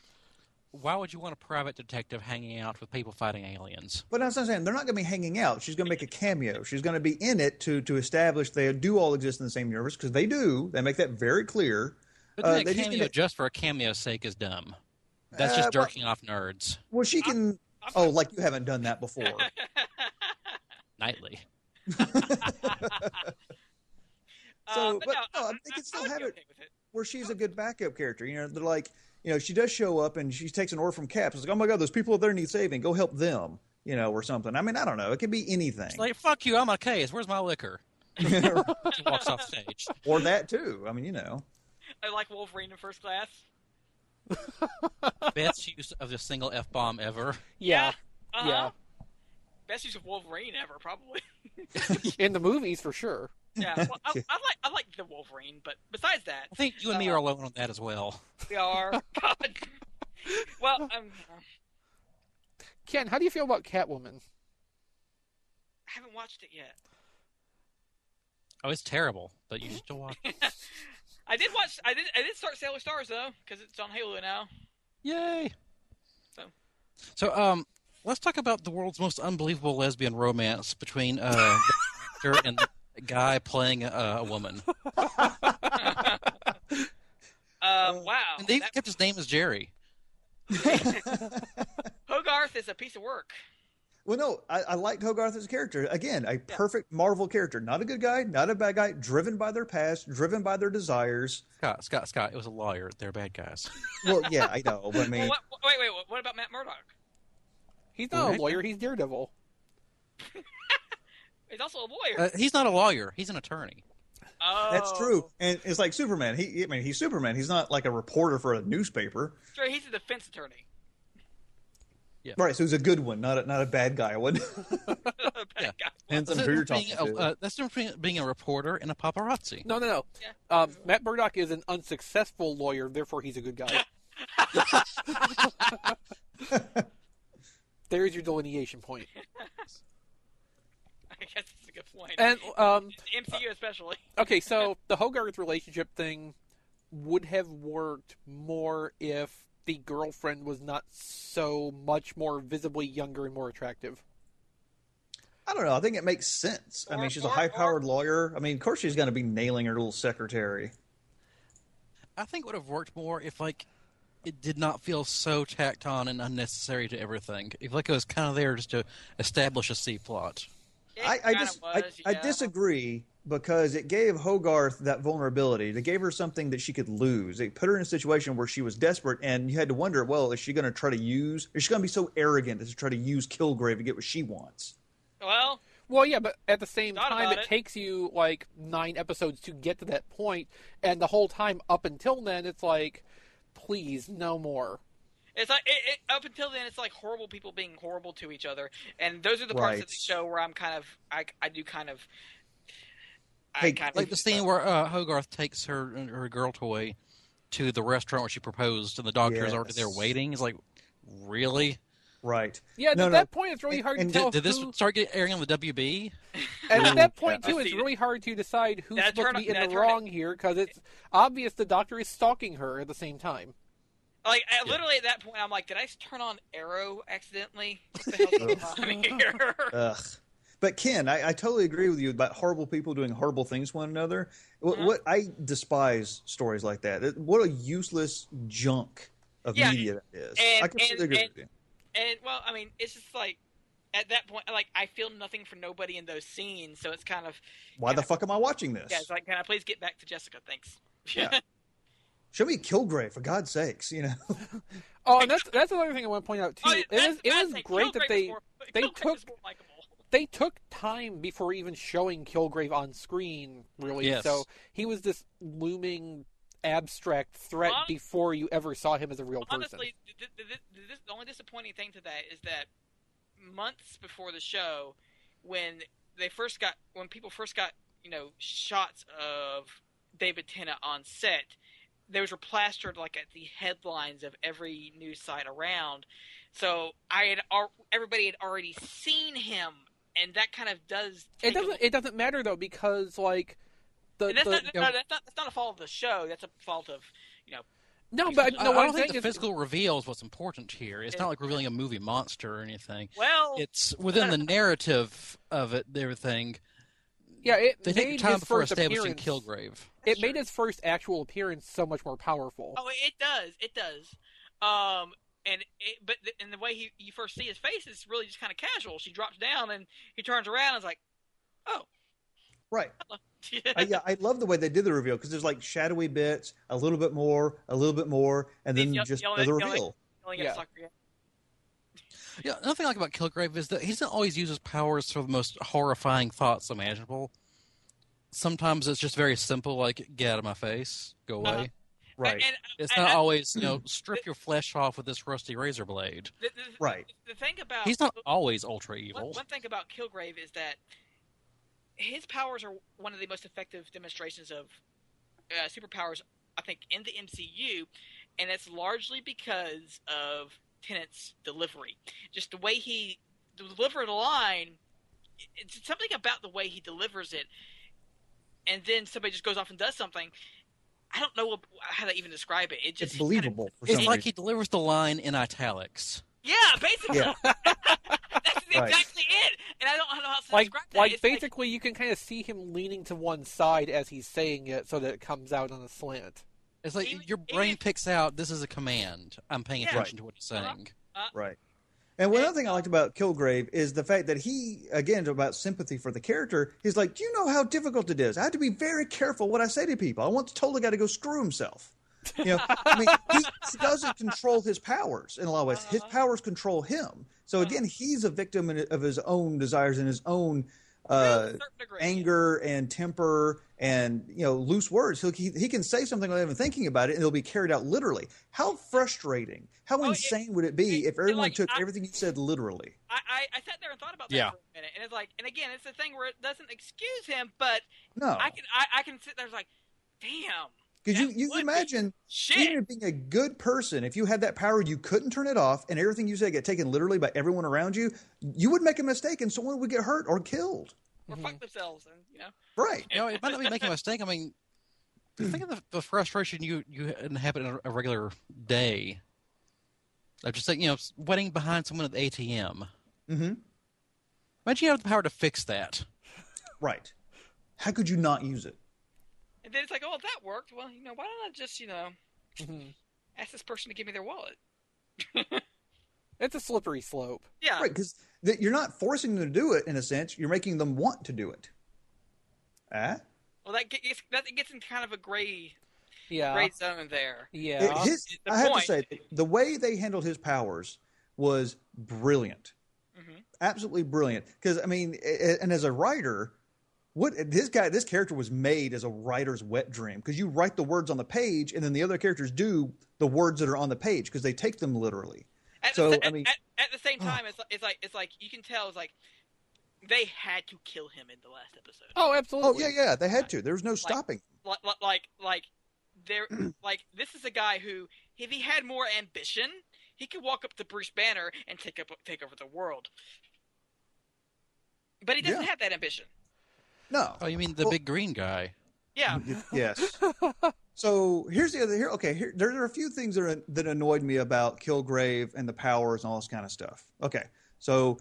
[SPEAKER 3] why would you want a private detective hanging out with people fighting aliens?
[SPEAKER 5] but that's what I'm saying they're not going to be hanging out. She's going to make a cameo. She's going to be in it to to establish they do all exist in the same universe because they do. They make that very clear.
[SPEAKER 3] But
[SPEAKER 5] Uh,
[SPEAKER 3] doing
[SPEAKER 5] they
[SPEAKER 3] a
[SPEAKER 5] just need
[SPEAKER 3] cameo
[SPEAKER 5] to-
[SPEAKER 3] just for a cameo's sake is dumb. That's
[SPEAKER 5] Uh,
[SPEAKER 3] just
[SPEAKER 5] but-
[SPEAKER 3] jerking off nerds
[SPEAKER 5] Well, she can. Oh, like you haven't done that before.
[SPEAKER 3] nightly.
[SPEAKER 5] So,
[SPEAKER 4] uh, but,
[SPEAKER 5] but
[SPEAKER 4] no,
[SPEAKER 5] no,
[SPEAKER 4] I,
[SPEAKER 5] I think it's still
[SPEAKER 4] I would be
[SPEAKER 5] habit-
[SPEAKER 4] okay with it.
[SPEAKER 5] where she's a good backup character. You know, they're like, you know, she does show up and she takes an order from Cap. It's like, oh my god, those people up there need saving. Go help them, you know, or something. I mean, I don't know. It could be anything,
[SPEAKER 3] It's like fuck you. I'm on a case. Where's my liquor? She walks off stage.
[SPEAKER 5] <laughs> or that too. I mean, you know,
[SPEAKER 4] I like Wolverine in First Class.
[SPEAKER 3] Best use of the single f bomb ever.
[SPEAKER 2] Yeah,
[SPEAKER 4] Uh-huh.
[SPEAKER 2] Yeah.
[SPEAKER 4] Best use of Wolverine ever, probably.
[SPEAKER 2] <laughs> in the movies for sure.
[SPEAKER 4] Yeah. Well,
[SPEAKER 5] <laughs>
[SPEAKER 4] I, I like I like the Wolverine, but besides that,
[SPEAKER 3] I think you and me are alone on that as well.
[SPEAKER 4] we
[SPEAKER 5] <laughs>
[SPEAKER 4] are. God. well, um,
[SPEAKER 2] Ken, how do you feel about Catwoman?
[SPEAKER 4] I haven't watched it yet.
[SPEAKER 3] Oh, it's terrible, but you
[SPEAKER 4] Mm-hmm.
[SPEAKER 3] should still watch.
[SPEAKER 4] <laughs>
[SPEAKER 3] it.
[SPEAKER 4] I did watch. I did. I did start Sailor Stars though, because it's on Halo now.
[SPEAKER 3] Yay!
[SPEAKER 4] So.
[SPEAKER 3] So, um, let's talk about the world's most unbelievable lesbian romance between uh,
[SPEAKER 4] <laughs>
[SPEAKER 3] the actor and the guy playing uh, a, a woman.
[SPEAKER 4] Um,
[SPEAKER 5] Oh,
[SPEAKER 4] wow.
[SPEAKER 3] And they even
[SPEAKER 4] that-
[SPEAKER 3] kept his name as Jerry.
[SPEAKER 4] Hogarth is a piece of work.
[SPEAKER 5] well, no, I, I liked Hogarth as a character. Again, a perfect Marvel character, not a good guy, not a bad guy, driven by their past, driven by their desires.
[SPEAKER 3] Scott, Scott, Scott. It was a lawyer. They're bad guys.
[SPEAKER 5] Well, yeah, I know, but I
[SPEAKER 4] Well,
[SPEAKER 5] mean,
[SPEAKER 4] what, what- wait, wait, what, what about Matt Murdock?
[SPEAKER 2] He's not a
[SPEAKER 3] Right.
[SPEAKER 2] lawyer. He's Daredevil.
[SPEAKER 4] He's also a lawyer.
[SPEAKER 3] Uh, he's not a lawyer. He's an attorney.
[SPEAKER 4] oh,
[SPEAKER 5] Uh, that's true. And it's like Superman. He, I mean, he's Superman. He's not like a reporter for a newspaper,
[SPEAKER 4] Sure, he's a defense attorney. <laughs>
[SPEAKER 5] right? So he's a good one, not a, not a bad guy one.
[SPEAKER 4] Bad guy.
[SPEAKER 5] Depends on
[SPEAKER 3] That's
[SPEAKER 5] who you're
[SPEAKER 3] different
[SPEAKER 5] talking
[SPEAKER 3] being
[SPEAKER 5] to.
[SPEAKER 3] a- uh, that's different between being a reporter and a paparazzi.
[SPEAKER 2] No, no, no.
[SPEAKER 4] Yeah.
[SPEAKER 2] Um, Matt Murdock is an unsuccessful lawyer, therefore he's a good guy. <laughs> There's your delineation point.
[SPEAKER 4] I guess that's a good point.
[SPEAKER 2] And um,
[SPEAKER 4] MCU
[SPEAKER 5] uh,
[SPEAKER 4] especially.
[SPEAKER 2] okay, so the Hogarth relationship thing would have worked more if the girlfriend was not so much more visibly younger and more attractive.
[SPEAKER 5] I don't know. I think it makes sense. I
[SPEAKER 4] Or-
[SPEAKER 5] mean, she's
[SPEAKER 4] or-
[SPEAKER 5] a high-powered
[SPEAKER 4] or-
[SPEAKER 5] lawyer. I mean, of course she's going to be nailing her little secretary.
[SPEAKER 3] I think it would have worked more if like it did not feel so tacked on and unnecessary to everything. If like it was kind of there just to establish a C plot.
[SPEAKER 4] It
[SPEAKER 5] I, I,
[SPEAKER 4] kinda
[SPEAKER 5] dis- I,
[SPEAKER 4] was,
[SPEAKER 5] I
[SPEAKER 4] yeah.
[SPEAKER 5] disagree because it gave Hogarth that vulnerability. It gave her something that she could lose. It put her in a situation where she was desperate, and you had to wonder, well, is she going to try to use? Is she going to be so arrogant as to try to use Kilgrave to get what she wants?
[SPEAKER 4] Well,
[SPEAKER 2] Well, yeah, but at the same
[SPEAKER 4] Thought
[SPEAKER 2] time,
[SPEAKER 4] about
[SPEAKER 2] it,
[SPEAKER 4] it.
[SPEAKER 2] takes you like nine episodes to get to that point, and the whole time up until then, it's like, please, no more.
[SPEAKER 4] It's like it, it, up until then, it's like horrible people being horrible to each other, and those are the parts
[SPEAKER 5] Right.
[SPEAKER 4] of the show where I'm kind of I, I do kind of. I
[SPEAKER 5] Hey,
[SPEAKER 4] kind
[SPEAKER 3] Like
[SPEAKER 4] of,
[SPEAKER 3] the scene where uh, Hogarth takes her her girl toy to the restaurant where she proposed, and the doctor is already there
[SPEAKER 5] Yes.
[SPEAKER 3] waiting. He's like, really?
[SPEAKER 5] Right.
[SPEAKER 2] Yeah, and
[SPEAKER 5] No,
[SPEAKER 2] at
[SPEAKER 5] no.
[SPEAKER 2] that point, it's really
[SPEAKER 5] And-
[SPEAKER 2] hard to
[SPEAKER 5] and
[SPEAKER 2] tell.
[SPEAKER 3] Did, did this
[SPEAKER 2] who-
[SPEAKER 3] start get airing on the WB?
[SPEAKER 2] and at that point
[SPEAKER 5] Yeah.
[SPEAKER 2] too, it's
[SPEAKER 4] See,
[SPEAKER 2] really hard to decide who's
[SPEAKER 4] that's
[SPEAKER 2] supposed
[SPEAKER 4] where
[SPEAKER 2] to
[SPEAKER 4] it-
[SPEAKER 2] be in
[SPEAKER 4] that's
[SPEAKER 2] the
[SPEAKER 4] where it-
[SPEAKER 2] wrong here because it's obvious the doctor is stalking her at the same time.
[SPEAKER 4] like I, literally at that point, I'm like, did I turn on Arrow accidentally? What the hell's going
[SPEAKER 2] <laughs>
[SPEAKER 4] on here?
[SPEAKER 5] Ugh. But Ken, I, I totally agree with you about horrible people doing horrible things to one another. What,
[SPEAKER 4] Mm-hmm.
[SPEAKER 5] what I despise stories like that. It- What a useless junk of
[SPEAKER 4] Yeah,
[SPEAKER 5] media that is.
[SPEAKER 4] and-
[SPEAKER 5] I completely
[SPEAKER 4] and-
[SPEAKER 5] agree
[SPEAKER 4] and-
[SPEAKER 5] with you.
[SPEAKER 4] And well, I mean, it's just like at that point, like I feel nothing for nobody in those scenes, so it's kind of
[SPEAKER 5] Why the
[SPEAKER 4] yeah.
[SPEAKER 5] fuck am I watching this?
[SPEAKER 4] yeah. It's like, can I please get back to Jessica? Thanks.
[SPEAKER 5] Yeah. Show me Kilgrave for God's sakes. You know. <laughs>
[SPEAKER 2] Oh, and that's that's another thing I want to point out too.
[SPEAKER 4] Oh,
[SPEAKER 2] it
[SPEAKER 4] that's
[SPEAKER 2] was
[SPEAKER 4] the
[SPEAKER 2] it
[SPEAKER 4] bad
[SPEAKER 2] was
[SPEAKER 4] thing.
[SPEAKER 2] great
[SPEAKER 4] Kilgrave
[SPEAKER 2] that
[SPEAKER 4] is
[SPEAKER 2] they
[SPEAKER 4] more-
[SPEAKER 2] they
[SPEAKER 4] Kilgrave
[SPEAKER 2] took
[SPEAKER 4] is more likable.
[SPEAKER 2] they took time before even showing Kilgrave on screen, really.
[SPEAKER 3] Yes.
[SPEAKER 2] So he was this looming abstract threat
[SPEAKER 4] Hon-
[SPEAKER 2] before you ever saw him as a real person.
[SPEAKER 4] honestly, the, the, the, the, the only disappointing thing to that is that months before the show, when they first got, when people first got, you know, shots of David Tennant on set, those were plastered like at the headlines of every news site around. So I had, al- everybody had already seen him, and that kind of does.
[SPEAKER 2] it
[SPEAKER 4] take a
[SPEAKER 2] doesn't it doesn't matter though because like the,
[SPEAKER 4] and that's,
[SPEAKER 2] the
[SPEAKER 4] not, no, that's not that's not a fault of the show. That's a fault of you know.
[SPEAKER 2] no, but
[SPEAKER 3] I,
[SPEAKER 2] no, what
[SPEAKER 3] I don't
[SPEAKER 2] I'm
[SPEAKER 3] think
[SPEAKER 2] saying
[SPEAKER 3] the
[SPEAKER 2] is
[SPEAKER 3] physical reveal is what's important here. It's
[SPEAKER 4] It-
[SPEAKER 3] not like revealing a movie monster or anything.
[SPEAKER 4] Well,
[SPEAKER 3] It's within the narrative of it, everything.
[SPEAKER 2] yeah, it
[SPEAKER 3] They
[SPEAKER 2] made
[SPEAKER 3] take time
[SPEAKER 2] his
[SPEAKER 3] before
[SPEAKER 2] first
[SPEAKER 3] establishing
[SPEAKER 2] appearance,
[SPEAKER 3] Kilgrave.
[SPEAKER 2] It made his first actual appearance so much more powerful.
[SPEAKER 4] Oh, it does. It does. Um, and it, but the, and the way he you first see his face is really just kind of casual. She drops down and he turns around and is like, <laughs>
[SPEAKER 5] Right. I,
[SPEAKER 4] yeah.
[SPEAKER 5] yeah, I love the way they did the reveal because there's like shadowy bits, a little bit more, a little bit more, and
[SPEAKER 4] They
[SPEAKER 5] then
[SPEAKER 4] yell-
[SPEAKER 5] just
[SPEAKER 4] yell
[SPEAKER 5] the
[SPEAKER 4] at- yell at-
[SPEAKER 5] reveal.
[SPEAKER 2] Yeah.
[SPEAKER 3] Yeah, another thing I like about Kilgrave is that he doesn't always use his powers for the most horrifying thoughts imaginable. Sometimes it's just very simple, like "get out of my face, go away."
[SPEAKER 4] Uh-huh.
[SPEAKER 5] Right.
[SPEAKER 4] And,
[SPEAKER 3] It's
[SPEAKER 4] I-
[SPEAKER 3] not
[SPEAKER 4] I-
[SPEAKER 3] always, you
[SPEAKER 4] <laughs>
[SPEAKER 3] know, strip your flesh off with this rusty razor blade.
[SPEAKER 4] the, the,
[SPEAKER 5] Right.
[SPEAKER 4] The thing about
[SPEAKER 3] He's not always ultra
[SPEAKER 4] one,
[SPEAKER 3] evil.
[SPEAKER 4] one thing about Kilgrave is that his powers are one of the most effective demonstrations of uh, superpowers, I think, in the MCU, and it's largely because of Tennant's delivery. Just the way he delivered a line, it's something about the way he delivers it, and then somebody just goes off and does something. I don't know how to even describe it. It just
[SPEAKER 5] It's believable for some
[SPEAKER 3] It's like
[SPEAKER 5] reason.
[SPEAKER 3] he delivers the line in italics.
[SPEAKER 4] yeah, basically. <laughs>
[SPEAKER 5] Yeah.
[SPEAKER 4] That's
[SPEAKER 5] Right.
[SPEAKER 4] exactly it. And I don't know how to
[SPEAKER 2] Like,
[SPEAKER 4] describe that.
[SPEAKER 2] like
[SPEAKER 4] It's like-
[SPEAKER 2] basically, you can kind of see him leaning to one side as he's saying it, so that it comes out on a slant.
[SPEAKER 3] It's like
[SPEAKER 4] Even-
[SPEAKER 3] your brain
[SPEAKER 4] even-
[SPEAKER 3] picks out this is a command. I'm paying
[SPEAKER 4] Yeah.
[SPEAKER 3] attention to what he's
[SPEAKER 4] Uh-huh.
[SPEAKER 3] saying.
[SPEAKER 5] Right. And one other thing I liked about Kilgrave is the fact that he, again, about sympathy for the character, he's like, Do you know how difficult it is? I have to be very careful what I say to people. I want the total guy to go screw himself. You know, I mean, he, he doesn't control his powers in a lot of ways. His powers control him. So again, he's a victim in, of his own desires and his own
[SPEAKER 4] a
[SPEAKER 5] uh,
[SPEAKER 4] certain degree.
[SPEAKER 5] anger and temper and you know loose words. He'll, he he can say something without even thinking about it, and it'll be carried out literally. How frustrating! How
[SPEAKER 4] it-
[SPEAKER 5] insane would it be
[SPEAKER 4] it-
[SPEAKER 5] if everyone
[SPEAKER 4] like,
[SPEAKER 5] took
[SPEAKER 4] I-
[SPEAKER 5] everything you said literally?
[SPEAKER 4] I, I, I sat there and thought about that
[SPEAKER 3] Yeah.
[SPEAKER 4] for a minute, and it's like, and again, it's the thing where it doesn't excuse him, but
[SPEAKER 5] No,
[SPEAKER 4] I can I, I can sit there and like, damn,
[SPEAKER 5] because you
[SPEAKER 4] that
[SPEAKER 5] you
[SPEAKER 4] would be
[SPEAKER 5] imagine
[SPEAKER 4] shit.
[SPEAKER 5] even being a good person, if you had that power, you couldn't turn it off, and everything you said get taken literally by everyone around you. You would make a mistake, and someone would get hurt or killed.
[SPEAKER 4] Or
[SPEAKER 5] Mm-hmm.
[SPEAKER 4] fuck themselves, and you know.
[SPEAKER 5] Right.
[SPEAKER 3] you know, it might not be making a mistake. I mean, think of the, the frustration you you inhabit in a, a regular day. I'm just saying, you know, waiting behind someone at the ATM.
[SPEAKER 2] Mm-hmm.
[SPEAKER 5] hmm
[SPEAKER 3] Imagine you have the power to fix that.
[SPEAKER 5] Right. How could you not use it?
[SPEAKER 4] And then it's like, oh, that worked. Well, you know, why don't I just you know
[SPEAKER 5] Mm-hmm.
[SPEAKER 4] ask this person to give me their wallet?
[SPEAKER 2] It's a slippery slope.
[SPEAKER 4] Yeah,
[SPEAKER 5] Right, because th- you're not forcing them to do it in a sense. You're making them want to do it. Eh?
[SPEAKER 4] Well, that gets that gets in kind of a gray
[SPEAKER 2] Yeah.
[SPEAKER 4] gray zone there.
[SPEAKER 2] Yeah.
[SPEAKER 5] It- his-
[SPEAKER 4] The
[SPEAKER 5] I have
[SPEAKER 4] point-
[SPEAKER 5] to say, the way they handled his powers was brilliant,
[SPEAKER 4] Mhm.
[SPEAKER 5] absolutely brilliant. Because I mean, a- a- and as a writer, what this guy, this character was made as a writer's wet dream. Because you write the words on the page, and then the other characters do the words that are on the page because they take them literally.
[SPEAKER 4] At
[SPEAKER 5] So,
[SPEAKER 4] the, sa-
[SPEAKER 5] I mean-
[SPEAKER 4] at, at the same time, it's, it's like it's like you can tell it's like they had to kill him in the last episode.
[SPEAKER 2] oh,
[SPEAKER 5] Oh
[SPEAKER 2] absolutely.
[SPEAKER 5] yeah, yeah, they had to. There was no stopping.
[SPEAKER 4] Like like like
[SPEAKER 5] <clears throat>
[SPEAKER 4] there like this is a guy who if he had more ambition, he could walk up to Bruce Banner and take up take over the world. But he doesn't
[SPEAKER 5] Yeah.
[SPEAKER 4] have that ambition.
[SPEAKER 5] No.
[SPEAKER 3] Oh, you mean the
[SPEAKER 5] Well-
[SPEAKER 3] big green guy?
[SPEAKER 4] Yeah.
[SPEAKER 5] Y- <laughs> yes. so here's the other here. Okay, here there are a few things that are, that annoyed me about Kilgrave and the powers and all this kind of stuff. Okay, so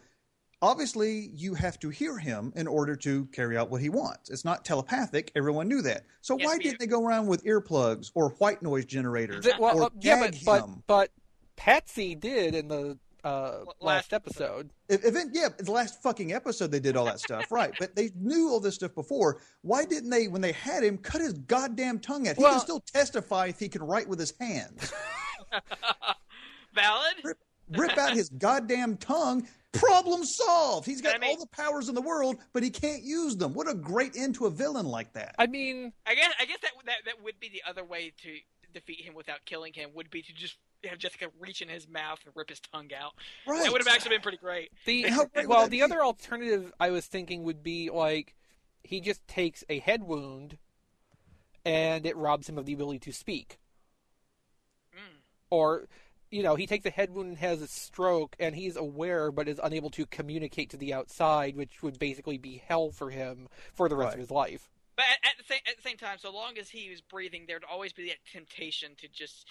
[SPEAKER 5] obviously you have to hear him in order to carry out what he wants. It's not telepathic. Everyone knew that. So
[SPEAKER 4] Yes,
[SPEAKER 5] why
[SPEAKER 4] we
[SPEAKER 5] didn't
[SPEAKER 4] do.
[SPEAKER 5] they go around with earplugs or white noise generators
[SPEAKER 2] Th- well,
[SPEAKER 5] or
[SPEAKER 2] uh, yeah,
[SPEAKER 5] gag
[SPEAKER 2] but, but
[SPEAKER 5] him?
[SPEAKER 2] but Patsy did in the uh,
[SPEAKER 4] last
[SPEAKER 2] last episode.
[SPEAKER 5] If- if it- yeah, the last fucking episode they did all that stuff, right? But they knew all this stuff before. Why didn't they, when they had him, cut his goddamn tongue out? He
[SPEAKER 2] Well-
[SPEAKER 5] can still testify if he can write with his hands. Mm-hmm.
[SPEAKER 4] Valid?
[SPEAKER 5] Rip out his goddamn tongue. Problem solved. He's got
[SPEAKER 4] I mean-
[SPEAKER 5] all the powers in the world, but he can't use them. What a great end to a villain like that.
[SPEAKER 2] I mean,
[SPEAKER 4] I guess I guess that that that would be the other way to defeat him without killing him would be to just have Jessica reach in his mouth and rip his tongue out.
[SPEAKER 5] right.
[SPEAKER 4] That would have actually been pretty great.
[SPEAKER 2] the
[SPEAKER 5] How great would
[SPEAKER 2] well,
[SPEAKER 5] that
[SPEAKER 2] the
[SPEAKER 5] be?
[SPEAKER 2] other alternative I was thinking would be like he just takes a head wound, and it robs him of the ability to speak. Hmm.
[SPEAKER 4] Mm.
[SPEAKER 2] Or, you know, he takes a head wound and has a stroke, and he's aware but is unable to communicate to the outside, which would basically be hell for him for the rest
[SPEAKER 5] Right.
[SPEAKER 2] of his life.
[SPEAKER 4] But at, at the same at the same time, so long as he was breathing, there'd always be that temptation to just.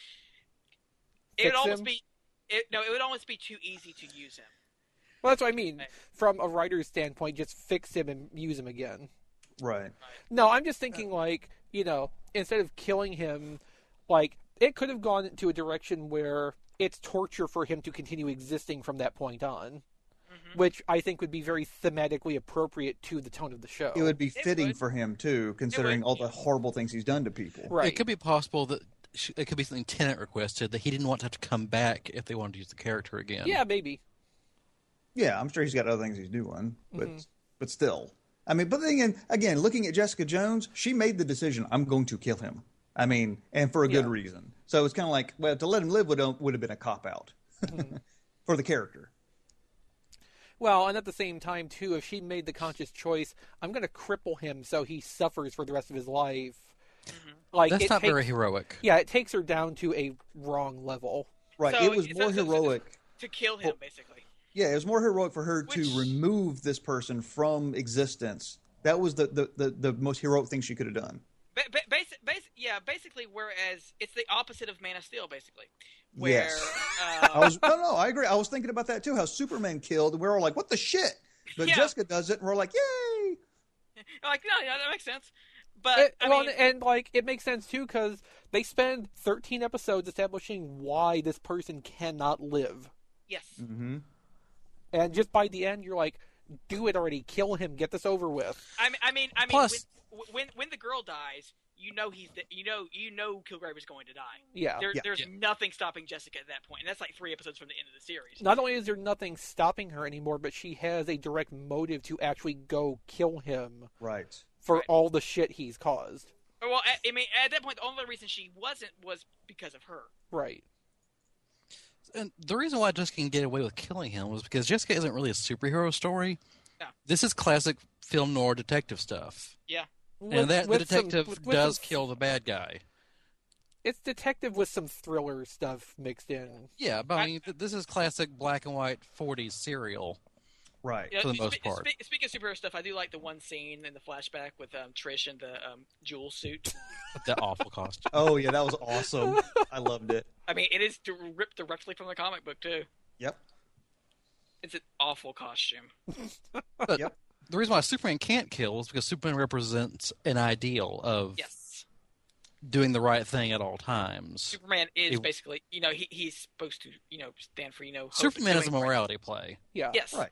[SPEAKER 4] It
[SPEAKER 2] Fix
[SPEAKER 4] would almost
[SPEAKER 2] him?
[SPEAKER 4] be. It, no, it would almost be too easy to use him.
[SPEAKER 2] Well, that's what I mean.
[SPEAKER 4] Right.
[SPEAKER 2] From a writer's standpoint, just fix him and use him again.
[SPEAKER 5] Right.
[SPEAKER 2] No, I'm just thinking like you know, instead of killing him, like it could have gone into a direction where it's torture for him to continue existing from that point on, which I think would be very thematically appropriate to the tone of the show.
[SPEAKER 5] It would be fitting
[SPEAKER 4] would.
[SPEAKER 5] for him, too, considering all the horrible things he's done to people.
[SPEAKER 2] right.
[SPEAKER 3] It could be possible that sh- it could be something Tennant requested that he didn't want to have to come back if they wanted to use the character again.
[SPEAKER 2] yeah, maybe.
[SPEAKER 5] Yeah, I'm sure he's got other things he's doing, but
[SPEAKER 4] Mm-hmm.
[SPEAKER 5] but still. I mean, but then again, again, looking at Jessica Jones, she made the decision. I'm going to kill him. I mean, and for a good
[SPEAKER 2] Yeah.
[SPEAKER 5] reason. So it's kind of like, well, to let him live would uh, would have been a cop out
[SPEAKER 4] Mm-hmm.
[SPEAKER 5] <laughs> for the character.
[SPEAKER 2] Well, and at the same time too, if she made the conscious choice, I'm going to cripple him so he suffers for the rest of his life. Like
[SPEAKER 3] that's
[SPEAKER 2] it
[SPEAKER 3] not
[SPEAKER 2] takes,
[SPEAKER 3] very heroic.
[SPEAKER 2] Yeah, it takes her down to a wrong level.
[SPEAKER 5] Right.
[SPEAKER 4] So
[SPEAKER 5] it was
[SPEAKER 4] it's-
[SPEAKER 5] more
[SPEAKER 4] it's- it's-
[SPEAKER 5] heroic.
[SPEAKER 4] To kill him, basically.
[SPEAKER 5] Yeah, it was more heroic for her
[SPEAKER 4] Which-
[SPEAKER 5] to remove this person from existence. That was the the, the, the most heroic thing she could have done.
[SPEAKER 4] Ba- ba- basi- basi- yeah, basically. Whereas it's the opposite of Man of Steel, basically. Where,
[SPEAKER 5] Yes. I
[SPEAKER 2] <laughs>
[SPEAKER 4] uh,
[SPEAKER 5] was no, no, I agree. I was thinking about that too. How Superman killed, and we're all like, "What the shit?" But
[SPEAKER 4] Yeah.
[SPEAKER 5] Jessica does it, and we're like, "Yay!"
[SPEAKER 4] like no, no, that makes sense. But
[SPEAKER 2] It-
[SPEAKER 4] I
[SPEAKER 2] Eh, well,
[SPEAKER 4] mean,
[SPEAKER 2] and like it makes sense too because they spend 13 episodes establishing why this person cannot live,
[SPEAKER 4] yes,
[SPEAKER 5] Mm-hmm.
[SPEAKER 2] and just by the end, you're like, "Do it already! Kill him! Get this over with!"
[SPEAKER 4] I mean, I mean, I mean,
[SPEAKER 3] Plus-
[SPEAKER 4] when, when when the girl dies, you know he's the, you know you know Kilgrave is going to die.
[SPEAKER 2] Yeah.
[SPEAKER 4] There,
[SPEAKER 5] Yeah.
[SPEAKER 4] there's nothing stopping Jessica at that point, and that's like three episodes from the end of the series.
[SPEAKER 2] Not only is there nothing stopping her anymore, but she has a direct motive to actually go kill him
[SPEAKER 5] Right.
[SPEAKER 2] for
[SPEAKER 4] Right.
[SPEAKER 2] all the shit he's caused.
[SPEAKER 4] Well, I, I mean, at that point, the only reason she wasn't was because of her.
[SPEAKER 2] Right.
[SPEAKER 3] And the reason why Jessica can get away with killing him was because Jessica isn't really a superhero story.
[SPEAKER 4] No.
[SPEAKER 3] This is classic film noir detective stuff.
[SPEAKER 2] With-
[SPEAKER 3] and that the
[SPEAKER 2] with some-
[SPEAKER 3] detective
[SPEAKER 2] with- with
[SPEAKER 3] does
[SPEAKER 2] some-
[SPEAKER 3] kill the bad guy.
[SPEAKER 2] It's detective with some thriller stuff mixed in.
[SPEAKER 3] Yeah, but I
[SPEAKER 4] I-
[SPEAKER 3] mean, th- this is classic black and white 40s serial.
[SPEAKER 5] Right.
[SPEAKER 4] You know,
[SPEAKER 3] For the most
[SPEAKER 4] spe-
[SPEAKER 3] part.
[SPEAKER 4] spe- speaking of superhero stuff, I do like the one scene in the flashback with um, Trish in the um, jewel suit.
[SPEAKER 3] That awful <laughs> costume.
[SPEAKER 5] Oh yeah, that was awesome. I loved it.
[SPEAKER 4] I mean, it is d- ripped directly from the comic book too.
[SPEAKER 5] Yep.
[SPEAKER 4] It's an awful costume.
[SPEAKER 3] But
[SPEAKER 5] Yep.
[SPEAKER 3] the reason why Superman can't kill is because Superman represents an ideal of
[SPEAKER 4] Yes,
[SPEAKER 3] doing the right thing at all times.
[SPEAKER 4] Superman is
[SPEAKER 3] It-
[SPEAKER 4] basically you know he he's supposed to you know stand for you know hope and
[SPEAKER 3] Superman is a
[SPEAKER 4] doing right.
[SPEAKER 3] morality play.
[SPEAKER 2] Yeah.
[SPEAKER 4] Yes,
[SPEAKER 5] Right.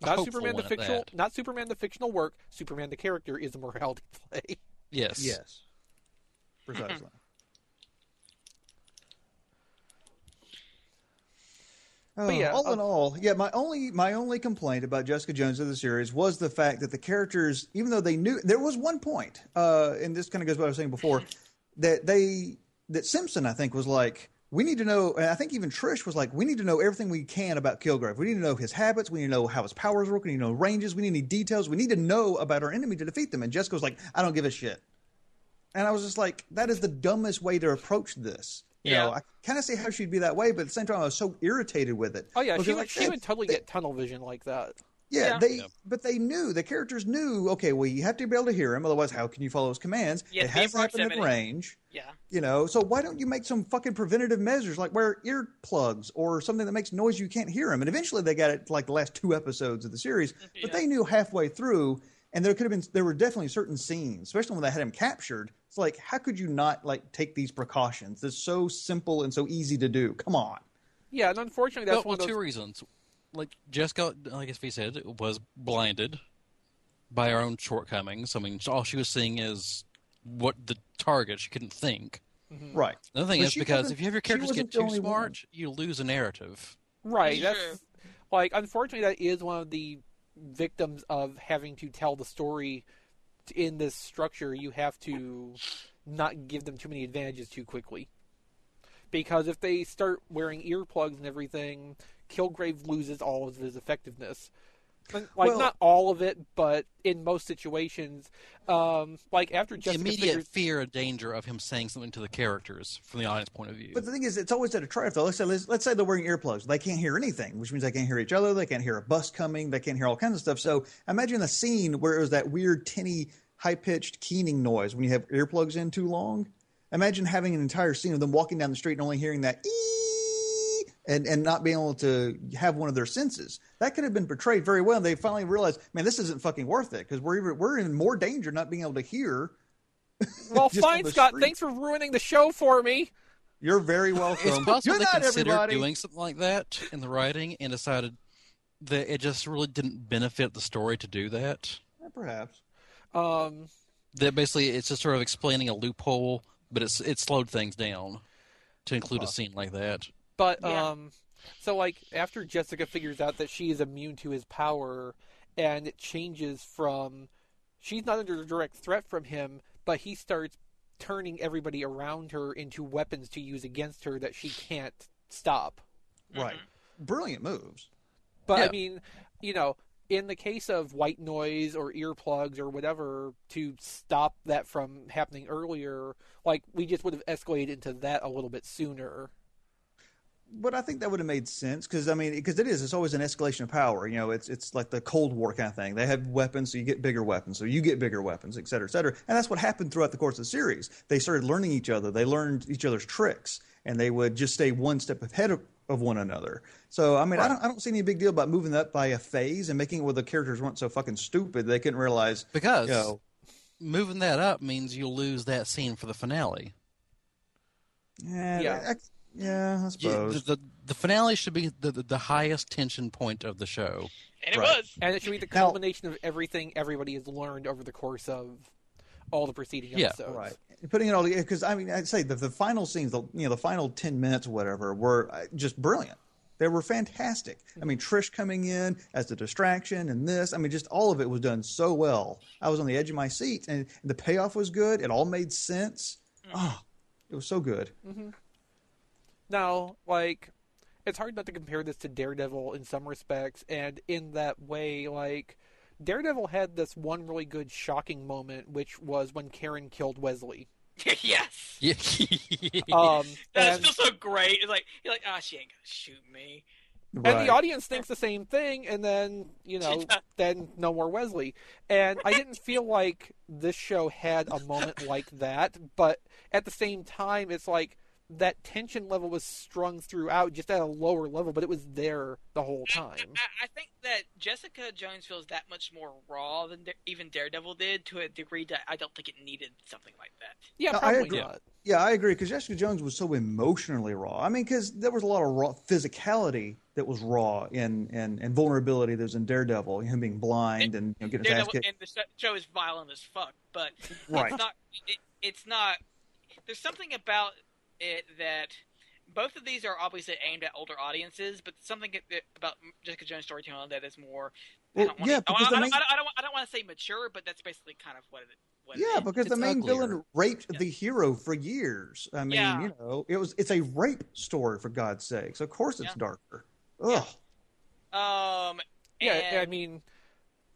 [SPEAKER 2] Not
[SPEAKER 3] hopeful
[SPEAKER 2] Superman the
[SPEAKER 3] one at
[SPEAKER 2] fictional,
[SPEAKER 3] that.
[SPEAKER 2] not Superman the fictional work. Superman the character is a <laughs> morality play.
[SPEAKER 3] Yes.
[SPEAKER 5] Yes. Precisely. Oh,
[SPEAKER 2] But yeah,
[SPEAKER 5] all in
[SPEAKER 2] uh,
[SPEAKER 5] all, yeah. My only my only complaint about Jessica Jones of the series was the fact that the characters, even though they knew, there was one point, uh, and this kind of goes what I was saying before, that they that Simpson I think was like, we need to know, and I think even Trish was like, we need to know everything we can about Kilgrave. We need to know his habits. We need to know how his powers work. We need to know ranges. We need any details. We need to know about our enemy to defeat them. And Jessica was like, I don't give a shit. And I was just like, that is the dumbest way to approach this. You
[SPEAKER 4] Yeah.
[SPEAKER 5] know, I kind of see how she'd be that way, but at the same time, I was so irritated with it.
[SPEAKER 2] Oh yeah,
[SPEAKER 5] Because,
[SPEAKER 2] she,
[SPEAKER 5] like
[SPEAKER 2] would,
[SPEAKER 5] I
[SPEAKER 2] she
[SPEAKER 5] said,
[SPEAKER 2] would totally
[SPEAKER 5] they-
[SPEAKER 2] get tunnel vision like that.
[SPEAKER 5] Yeah,
[SPEAKER 4] Yeah.
[SPEAKER 5] they
[SPEAKER 3] Yeah.
[SPEAKER 5] but they knew the characters knew. Okay, well, you have to be able to hear him, otherwise, how can you follow his commands?
[SPEAKER 4] Yeah,
[SPEAKER 5] it
[SPEAKER 4] be in
[SPEAKER 5] has to happen at
[SPEAKER 4] proximity.
[SPEAKER 5] range.
[SPEAKER 4] Yeah.
[SPEAKER 5] You know, so why don't you make some fucking preventative measures, like wear earplugs or something that makes noise you can't hear him? And eventually, they got it like the last two episodes of the series,
[SPEAKER 4] Yeah.
[SPEAKER 5] but they knew halfway through, and there could have been there were definitely certain scenes, especially when they had him captured. It's like, how could you not like take these precautions? It's so simple and so easy to do. Come on.
[SPEAKER 2] Yeah, and unfortunately, that's
[SPEAKER 3] well,
[SPEAKER 2] one of
[SPEAKER 3] two
[SPEAKER 2] those.
[SPEAKER 3] reasons. Like Jessica, like as we said, was blinded by her own shortcomings. I mean, all she was seeing is what the target. She couldn't think.
[SPEAKER 5] Right.
[SPEAKER 3] Another thing
[SPEAKER 5] But
[SPEAKER 3] is
[SPEAKER 5] she
[SPEAKER 3] because
[SPEAKER 5] wasn't-
[SPEAKER 3] if you have your
[SPEAKER 5] she
[SPEAKER 3] characters
[SPEAKER 5] wasn't
[SPEAKER 3] get
[SPEAKER 5] the
[SPEAKER 3] too
[SPEAKER 5] only
[SPEAKER 3] smart,
[SPEAKER 5] one.
[SPEAKER 3] you lose a narrative.
[SPEAKER 2] Right.
[SPEAKER 4] Sure.
[SPEAKER 2] That's like unfortunately that is one of the victims of having to tell the story t- in this structure. You have to not give them too many advantages too quickly. Because if they start wearing earplugs and everything, Kilgrave loses all of his effectiveness. And, Like
[SPEAKER 5] Well-
[SPEAKER 2] not all of it, but in most situations, um, like after
[SPEAKER 3] The
[SPEAKER 2] Jessica
[SPEAKER 3] immediate
[SPEAKER 2] figures,
[SPEAKER 3] fear and danger of him saying something to the characters from the audience point of view.
[SPEAKER 5] But the thing is, it's always at a trade-off. Though, let's say let's, let's say they're wearing earplugs. They can't hear anything, which means they can't hear each other. They can't hear a bus coming. They can't hear all kinds of stuff. So imagine a scene where it was that weird, tinny, high-pitched keening noise when you have earplugs in too long. Imagine having an entire scene of them walking down the street and only hearing that ee and and not being able to have one of their senses. That could have been portrayed very well. They finally realized, man, this isn't fucking worth it because we're even, we're in more danger not being able to hear.
[SPEAKER 2] well,
[SPEAKER 5] <laughs> just on
[SPEAKER 2] fine,
[SPEAKER 5] the
[SPEAKER 2] Scott.
[SPEAKER 5] street.
[SPEAKER 2] Thanks for ruining the show for me.
[SPEAKER 5] You're very welcome. <laughs>
[SPEAKER 3] it's possible
[SPEAKER 5] Good
[SPEAKER 3] they
[SPEAKER 5] night,
[SPEAKER 3] considered
[SPEAKER 5] everybody.
[SPEAKER 3] doing something like that in the writing and decided that it just really didn't benefit the story to do that.
[SPEAKER 5] Eh, Perhaps.
[SPEAKER 2] Um,
[SPEAKER 3] That basically it's just sort of explaining a loophole, but it's it slowed things down to include a scene like that.
[SPEAKER 2] But
[SPEAKER 4] Yeah.
[SPEAKER 2] um, so like after Jessica figures out that she is immune to his power, and it changes from she's not under direct threat from him, but he starts turning everybody around her into weapons to use against her that she can't stop.
[SPEAKER 5] Right.
[SPEAKER 3] Mm-hmm.
[SPEAKER 5] Brilliant moves.
[SPEAKER 2] But I
[SPEAKER 3] Yeah.
[SPEAKER 2] mean, you know, in the case of white noise or earplugs or whatever to stop that from happening earlier, like we just would have escalated into that a little bit sooner.
[SPEAKER 5] But I think that would have made sense because I mean, because it is. It's always an escalation of power. You know, it's it's like the Cold War kind of thing. They have weapons, so you get bigger weapons, so you get bigger weapons, et cetera, et cetera. And that's what happened throughout the course of the series. They started learning each other. They learned each other's tricks, and they would just stay one step ahead of, of one another. So I mean, I don't I don't see any big deal about moving up by a phase and making it where the characters weren't so fucking stupid they couldn't realize.
[SPEAKER 3] Because
[SPEAKER 5] you know,
[SPEAKER 3] moving that up means you lose that scene for the finale.
[SPEAKER 5] yeah,
[SPEAKER 2] Yeah.
[SPEAKER 5] eh, I, yeah, I
[SPEAKER 3] You-
[SPEAKER 5] suppose.
[SPEAKER 3] the, the the finale should be the, the the highest tension point of the show.
[SPEAKER 4] And it
[SPEAKER 5] Right.
[SPEAKER 4] was. <laughs>
[SPEAKER 2] And it should be the
[SPEAKER 5] Now-
[SPEAKER 2] culmination of everything everybody has learned over the course of all the preceding
[SPEAKER 3] Yeah,
[SPEAKER 2] episodes.
[SPEAKER 5] Right. Putting it all together, because I mean, I'd say the, the final scenes, the you know, the final ten minutes, or whatever, were uh, just brilliant. They were fantastic. I mean, Trish coming in as a distraction, and this, I mean, just all of it was done so well. I was on the edge of my seat, and the payoff was good. It all made sense.
[SPEAKER 4] Mm.
[SPEAKER 5] Oh, it was so good.
[SPEAKER 2] Now, like, it's hard not to compare this to Daredevil in some respects, and in that way, like, Daredevil had this one really good shocking moment, which was when Karen killed Wesley.
[SPEAKER 4] yes.
[SPEAKER 5] <laughs>
[SPEAKER 3] Yeah.
[SPEAKER 2] Um,
[SPEAKER 4] That
[SPEAKER 2] and,
[SPEAKER 4] is still so great. It's like you're like, ah, she ain't gonna shoot me.
[SPEAKER 2] and the audience thinks the same thing, and then, you
[SPEAKER 4] <laughs>
[SPEAKER 2] know,
[SPEAKER 4] does.
[SPEAKER 2] then no more Wesley. And I didn't feel like this show had a moment like that, but at the same time, it's like that tension level was strung throughout, just at a lower level, but it was there the whole
[SPEAKER 4] I,
[SPEAKER 2] time.
[SPEAKER 4] I- I think that Jessica Jones feels that much more raw than Da- even Daredevil did to a degree that I don't think it needed something like that.
[SPEAKER 2] Yeah,
[SPEAKER 5] No, I
[SPEAKER 2] probably
[SPEAKER 5] agree.
[SPEAKER 2] not.
[SPEAKER 5] Yeah, I agree. Because Jessica Jones was so emotionally raw. I mean, because there was a lot of raw physicality that was raw and and, and vulnerability that was in Daredevil, him being blind and you know, getting his ass
[SPEAKER 4] Daredevil
[SPEAKER 5] kicked.
[SPEAKER 4] and the sh- show is violent as fuck, but
[SPEAKER 5] Right.
[SPEAKER 4] it's not. It, it's not. There's something about it that both of these are obviously aimed at older audiences, but something that- about Jessica Jones' storytelling that is more.
[SPEAKER 5] Well,
[SPEAKER 4] I don't wanna-
[SPEAKER 5] yeah,
[SPEAKER 4] I don't-
[SPEAKER 5] because the
[SPEAKER 4] I,
[SPEAKER 5] main-
[SPEAKER 4] don't, I don't, I don't want to say mature, but that's basically kind of what it. What it
[SPEAKER 5] Yeah,
[SPEAKER 4] is.
[SPEAKER 5] because the
[SPEAKER 3] It's
[SPEAKER 5] main
[SPEAKER 3] uglier.
[SPEAKER 5] villain raped
[SPEAKER 4] Yeah.
[SPEAKER 5] the hero for years. I mean,
[SPEAKER 4] Yeah.
[SPEAKER 5] you know, it was it's a rape story for God's sake. So of course it's
[SPEAKER 4] Yeah.
[SPEAKER 5] darker. Ugh.
[SPEAKER 4] Yeah. Um.
[SPEAKER 2] Yeah,
[SPEAKER 4] and-
[SPEAKER 2] I mean,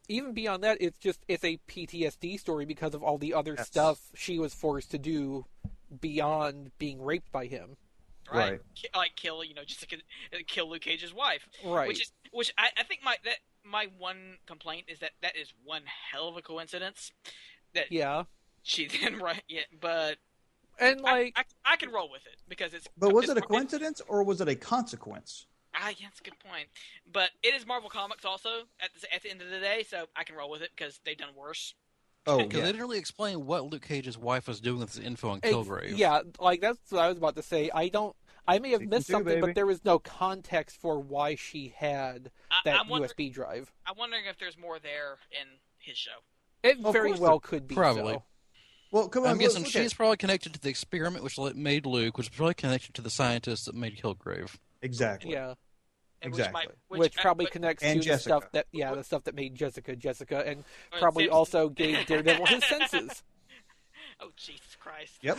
[SPEAKER 2] even beyond that, it's just it's a PTSD story because of all the other
[SPEAKER 5] Yes.
[SPEAKER 2] stuff she was forced to do beyond being raped by him.
[SPEAKER 4] right?
[SPEAKER 5] Right.
[SPEAKER 4] Ki- Like kill, you know, just like uh, kill Luke Cage's wife,
[SPEAKER 2] Right.
[SPEAKER 4] which is which I, I think my that my one complaint is that that is one hell of a coincidence that
[SPEAKER 2] yeah,
[SPEAKER 4] she <laughs> then right yeah, but
[SPEAKER 2] and
[SPEAKER 4] I-
[SPEAKER 2] like
[SPEAKER 4] I, I, can roll with it because it's
[SPEAKER 5] But was
[SPEAKER 4] it's
[SPEAKER 5] it a
[SPEAKER 4] Mar-
[SPEAKER 5] coincidence or was it a consequence?
[SPEAKER 4] Ah, yeah, that's a good point. But it is Marvel Comics also at the, at the end of the day, so I can roll with it because they've done worse.
[SPEAKER 5] Oh,
[SPEAKER 3] Because they
[SPEAKER 5] yeah.
[SPEAKER 3] didn't really explain what Luke Cage's wife was doing with this info on
[SPEAKER 2] Ex-
[SPEAKER 3] Kilgrave.
[SPEAKER 2] Yeah, like that's what I was about to say. I don't. I may have
[SPEAKER 5] Season
[SPEAKER 2] missed
[SPEAKER 5] two,
[SPEAKER 2] something,
[SPEAKER 5] baby.
[SPEAKER 2] but there was no context for why she had
[SPEAKER 4] I,
[SPEAKER 2] that
[SPEAKER 4] I'm, wonder-
[SPEAKER 2] USB drive.
[SPEAKER 4] I'm wondering if there's more there in his show.
[SPEAKER 2] It
[SPEAKER 5] Of
[SPEAKER 2] very
[SPEAKER 5] course
[SPEAKER 2] well could be.
[SPEAKER 3] Probably.
[SPEAKER 2] so.
[SPEAKER 5] Well, come on.
[SPEAKER 3] I'm
[SPEAKER 5] look-
[SPEAKER 3] guessing
[SPEAKER 5] look at-
[SPEAKER 3] she's probably connected to the experiment which li- made Luke, which is probably connected to the scientist that made Kilgrave.
[SPEAKER 5] exactly.
[SPEAKER 2] Yeah,
[SPEAKER 4] and Which,
[SPEAKER 5] Exactly.
[SPEAKER 4] might,
[SPEAKER 2] which,
[SPEAKER 4] which, uh,
[SPEAKER 2] probably
[SPEAKER 4] but-
[SPEAKER 2] connects to
[SPEAKER 5] And
[SPEAKER 2] the
[SPEAKER 5] Jessica.
[SPEAKER 2] stuff that yeah, the stuff that made Jessica Jessica, and
[SPEAKER 4] or
[SPEAKER 2] probably
[SPEAKER 4] Simpsons.
[SPEAKER 2] also gave Daredevil his senses.
[SPEAKER 4] Oh Jesus Christ!
[SPEAKER 5] Yep.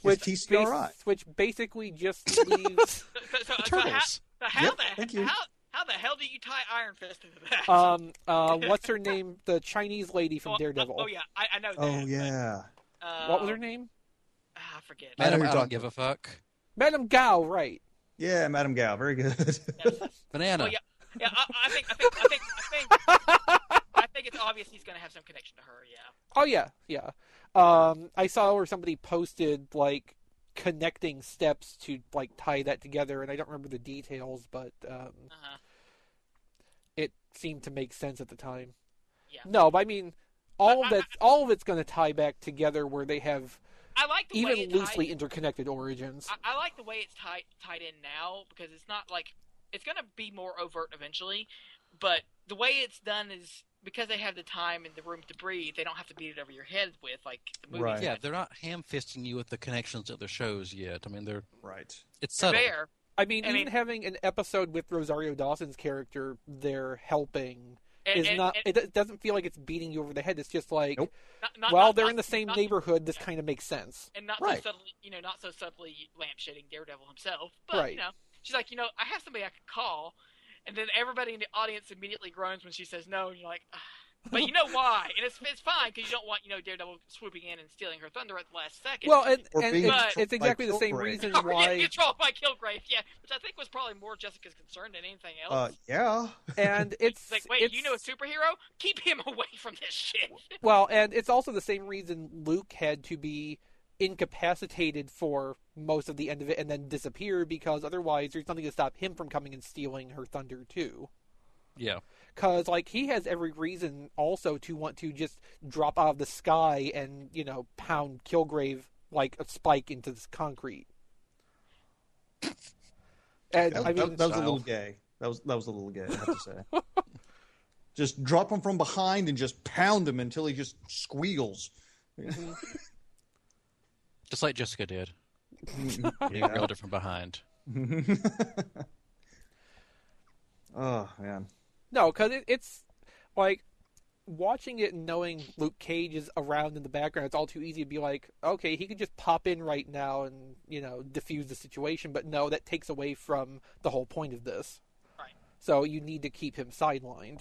[SPEAKER 2] Which
[SPEAKER 5] Which TCRI.
[SPEAKER 2] bas- which basically just leaves.
[SPEAKER 4] So, so,
[SPEAKER 3] The
[SPEAKER 4] so how-
[SPEAKER 3] Turtles.
[SPEAKER 4] So how
[SPEAKER 5] Yep,
[SPEAKER 4] the
[SPEAKER 5] thank you.
[SPEAKER 4] how how the hell do you tie Iron Fist into that?
[SPEAKER 2] um, uh, what's her name? The Chinese lady from
[SPEAKER 4] <laughs> Well,
[SPEAKER 2] Daredevil.
[SPEAKER 4] Oh, yeah, I, I know.
[SPEAKER 5] Oh
[SPEAKER 4] that,
[SPEAKER 5] yeah.
[SPEAKER 4] But, uh,
[SPEAKER 2] What was her name?
[SPEAKER 4] ah, I forget.
[SPEAKER 5] I know
[SPEAKER 3] Madam,
[SPEAKER 5] who
[SPEAKER 3] I,
[SPEAKER 5] you're
[SPEAKER 3] don't
[SPEAKER 5] talking
[SPEAKER 3] give a fuck.
[SPEAKER 2] Madame Gao, right?
[SPEAKER 5] Yeah, Madam Gao, very good.
[SPEAKER 3] Banana.
[SPEAKER 4] Oh, yeah. yeah, I, I think I think I think I think I think it's obvious he's going to have some connection to her. Yeah.
[SPEAKER 2] Oh yeah, yeah. Um, I saw where somebody posted like connecting steps to like tie that together, and I don't remember the details, but um,
[SPEAKER 4] Uh-huh.
[SPEAKER 2] it seemed to make sense at the time.
[SPEAKER 4] Yeah.
[SPEAKER 2] No, but I mean, all
[SPEAKER 4] I-
[SPEAKER 2] of that, all of it's going to tie back together where they have
[SPEAKER 4] I like the way
[SPEAKER 2] even
[SPEAKER 4] it
[SPEAKER 2] loosely
[SPEAKER 4] Tied,
[SPEAKER 2] interconnected origins.
[SPEAKER 4] I, I like the way it's tied tied in now because it's not like it's going to be more overt eventually, but the way it's done is because they have the time and the room to breathe. They don't have to beat it over your head with like the movies.
[SPEAKER 5] Right.
[SPEAKER 3] Yeah, they're not ham fisting you with the connections to their shows yet. I mean, they're
[SPEAKER 5] <laughs> right.
[SPEAKER 3] it's
[SPEAKER 4] They're
[SPEAKER 3] subtle.
[SPEAKER 4] there.
[SPEAKER 2] I mean,
[SPEAKER 4] I
[SPEAKER 2] even
[SPEAKER 4] mean-
[SPEAKER 2] having an episode with Rosario Dawson's character there helping
[SPEAKER 4] And-
[SPEAKER 2] is
[SPEAKER 4] and-
[SPEAKER 2] not.
[SPEAKER 4] and-
[SPEAKER 2] it, it doesn't feel like it's beating you over the head. It's just like,
[SPEAKER 5] Nope.
[SPEAKER 4] Not- not-
[SPEAKER 2] well,
[SPEAKER 4] not-
[SPEAKER 2] they're
[SPEAKER 4] not-
[SPEAKER 2] in the same
[SPEAKER 4] not-
[SPEAKER 2] neighborhood. This kind of makes sense.
[SPEAKER 4] and not
[SPEAKER 5] Right.
[SPEAKER 4] so subtly, you know, not so subtly lampshading Daredevil himself. But
[SPEAKER 2] Right.
[SPEAKER 4] you know, she's like, you know, I have somebody I could call, and then everybody in the audience immediately groans when she says no, and you're like, "Ah." but
[SPEAKER 2] <laughs>
[SPEAKER 4] you know why? And it's it's fine because you don't want you know Daredevil swooping in and stealing her thunder at the last second.
[SPEAKER 2] Well, and,
[SPEAKER 5] Or
[SPEAKER 2] and
[SPEAKER 5] being
[SPEAKER 2] it's,
[SPEAKER 5] controlled
[SPEAKER 2] it's exactly
[SPEAKER 5] by
[SPEAKER 2] the same
[SPEAKER 5] Kilgrave.
[SPEAKER 2] reason
[SPEAKER 4] <laughs> Or get
[SPEAKER 2] why.
[SPEAKER 4] controlled by Kilgrave, yeah, which I think was probably more Jessica's concern than anything else.
[SPEAKER 5] Uh, yeah.
[SPEAKER 4] <laughs>
[SPEAKER 2] and it's
[SPEAKER 4] It's like, wait,
[SPEAKER 2] it's,
[SPEAKER 4] you know a superhero? Keep him <laughs> away from this <laughs> shit.
[SPEAKER 2] Well, and it's also the same reason Luke had to be incapacitated for most of the end of it and then disappear because otherwise there's nothing to stop him from coming and stealing her thunder too.
[SPEAKER 3] Yeah.
[SPEAKER 2] Because like he has every reason also to want to just drop out of the sky and you know pound Kilgrave like a spike into this concrete. And
[SPEAKER 5] That,
[SPEAKER 2] I
[SPEAKER 5] that-
[SPEAKER 2] mean,
[SPEAKER 5] that was
[SPEAKER 3] so-
[SPEAKER 5] a little gay. That was that was a little gay, I have to say. just drop him from behind and just pound him until he just squeals.
[SPEAKER 3] Just like Jessica did. <laughs> You
[SPEAKER 5] Yeah.
[SPEAKER 3] grilled it from behind.
[SPEAKER 5] Oh man.
[SPEAKER 2] No, because it, it's like watching it and knowing Luke Cage is around in the background. It's all too easy to be like, okay, he could just pop in right now and you know diffuse the situation. But no, that takes away from the whole point of this.
[SPEAKER 4] Right.
[SPEAKER 2] So you need to keep him sidelined.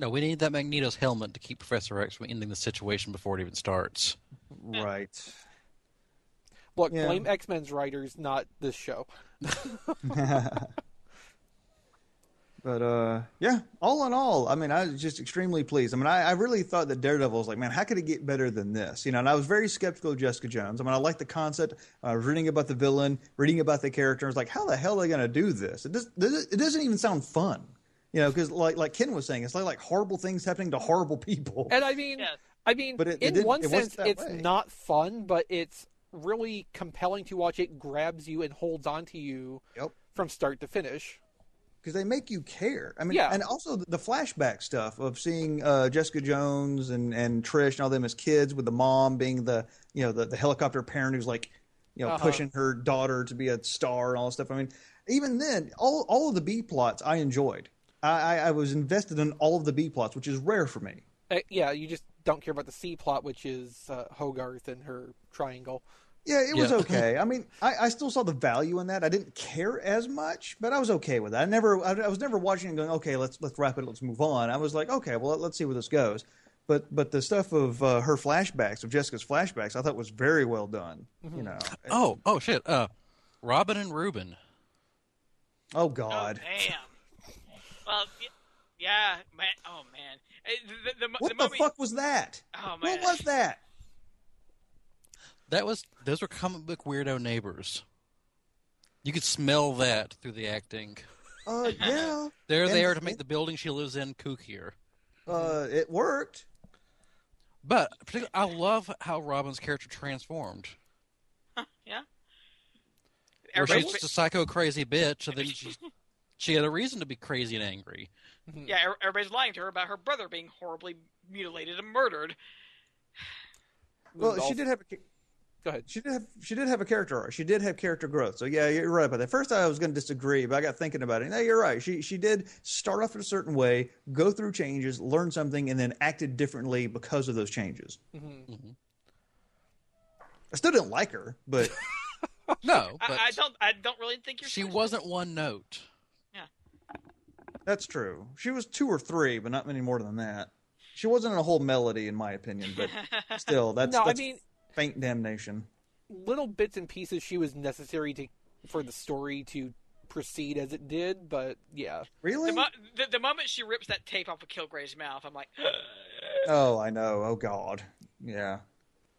[SPEAKER 3] No, we need that Magneto's helmet to keep Professor X from ending the situation before it even starts.
[SPEAKER 5] Right.
[SPEAKER 2] Look,
[SPEAKER 5] Yeah.
[SPEAKER 2] blame X Men's writers, not this show.
[SPEAKER 5] But uh, yeah, all in all, I mean, I was just extremely pleased. I mean, I, I really thought that Daredevil was like, man, how could it get better than this? You know, and I was very skeptical of Jessica Jones. I mean, I liked the concept. I was reading about the villain, reading about the character. I was like, how the hell are they going to do this? It, does, it doesn't even sound fun. You know, because like like Ken was saying, it's like like horrible things happening to horrible people.
[SPEAKER 2] And I mean,
[SPEAKER 4] Yes.
[SPEAKER 2] I mean,
[SPEAKER 5] But it- it
[SPEAKER 2] in
[SPEAKER 5] didn't-
[SPEAKER 2] one
[SPEAKER 5] it wasn't
[SPEAKER 2] sense,
[SPEAKER 5] that
[SPEAKER 2] it's
[SPEAKER 5] way.
[SPEAKER 2] not fun, but it's really compelling to watch. It grabs you and holds on to you
[SPEAKER 5] Yep.
[SPEAKER 2] from start to finish.
[SPEAKER 5] because they make you care. I mean,
[SPEAKER 2] Yeah.
[SPEAKER 5] and also the flashback stuff of seeing uh, Jessica Jones and, and Trish and all them as kids, with the mom being the you know the, the helicopter parent who's like you know
[SPEAKER 2] Uh-huh.
[SPEAKER 5] pushing her daughter to be a star and all this stuff. I mean, even then, all all of the B plots I enjoyed. I, I, I was invested in all of the B plots, which is rare for me.
[SPEAKER 2] Uh, yeah, you just don't care about the C plot, which is uh, Hogarth and her triangle.
[SPEAKER 5] Yeah, it was
[SPEAKER 3] Yeah.
[SPEAKER 5] okay. I mean, I, I still saw the value in that. I didn't care as much, but I was okay with that. I never, I, I was never watching and going, okay, let's let's wrap it, let's move on. I was like, okay, well, let's see where this goes. But but the stuff of uh, her flashbacks, of Jessica's flashbacks, I thought was very well done. You know,
[SPEAKER 3] Oh, oh shit. Uh, Robin and Ruben.
[SPEAKER 5] oh
[SPEAKER 4] Oh,
[SPEAKER 5] god,
[SPEAKER 4] damn. Well, y- yeah, man. Oh man. Eh, The, the, the, mo-
[SPEAKER 5] what
[SPEAKER 4] the
[SPEAKER 5] the,
[SPEAKER 4] moment-
[SPEAKER 5] fuck was that?
[SPEAKER 4] Oh, man.
[SPEAKER 5] what was that?
[SPEAKER 3] That was those were comic book weirdo neighbors. You could smell that through the acting.
[SPEAKER 4] <laughs>
[SPEAKER 5] Uh, yeah,
[SPEAKER 3] They're
[SPEAKER 5] And-
[SPEAKER 3] there to make the building she lives in kookier.
[SPEAKER 5] uh, it worked.
[SPEAKER 3] But particularly, I love how Robin's character transformed.
[SPEAKER 4] Yeah.
[SPEAKER 3] Where she's
[SPEAKER 4] Everybody's
[SPEAKER 3] just
[SPEAKER 4] fa-
[SPEAKER 3] a psycho crazy bitch, and then she she had a reason to be crazy and angry.
[SPEAKER 4] yeah, er- everybody's lying to her about her brother being horribly mutilated and murdered.
[SPEAKER 5] Well,
[SPEAKER 2] Rudolph.
[SPEAKER 5] she did have a
[SPEAKER 2] Go ahead.
[SPEAKER 5] She did have she did have a character arc. She did have character growth. So yeah, you're right about that. First, I was going to disagree, but I got thinking about it. No, you're right. She she did start off in a certain way, go through changes, learn something, and then acted differently because of those changes. I still didn't like her, but
[SPEAKER 3] No, but
[SPEAKER 4] I, I don't. I don't really think you're.
[SPEAKER 3] she
[SPEAKER 4] supposed to.
[SPEAKER 3] wasn't one note.
[SPEAKER 5] that's true. She was two or three, but not many more than that. She wasn't in a whole melody, in my opinion, but still, that's,
[SPEAKER 2] No, I
[SPEAKER 5] that's
[SPEAKER 2] mean-
[SPEAKER 5] faint damnation.
[SPEAKER 2] Little bits and pieces she was necessary to for the story to proceed as it did, but yeah,
[SPEAKER 5] Really?
[SPEAKER 4] The, mo- the, the moment she rips that tape off of Kilgrave's mouth, I'm like, <gasps>
[SPEAKER 5] oh, I know. Oh God, yeah.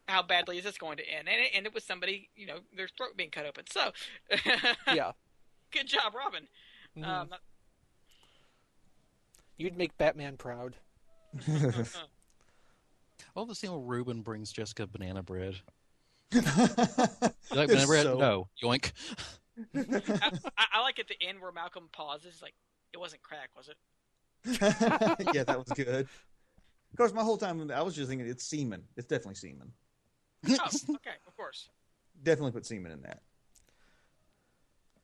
[SPEAKER 4] how badly is this going to end? And it ended with somebody, you know, their throat being cut open. So, <laughs>
[SPEAKER 2] yeah, Mm-hmm.
[SPEAKER 4] good job, Robin.
[SPEAKER 3] Mm-hmm.
[SPEAKER 4] Um,
[SPEAKER 2] you'd make Batman proud.
[SPEAKER 3] I love the scene where Ruben brings Jessica banana bread. You like banana
[SPEAKER 5] It's
[SPEAKER 3] bread?
[SPEAKER 5] so-
[SPEAKER 3] No. Yoink.
[SPEAKER 4] I, I, I like at the end where Malcolm pauses, like, it wasn't crack,
[SPEAKER 3] <laughs>
[SPEAKER 4] was it?
[SPEAKER 5] <laughs> yeah, that was good. Of course, my whole time I was just thinking it's semen. It's definitely semen.
[SPEAKER 4] Oh, okay, of course.
[SPEAKER 5] Definitely put semen in that.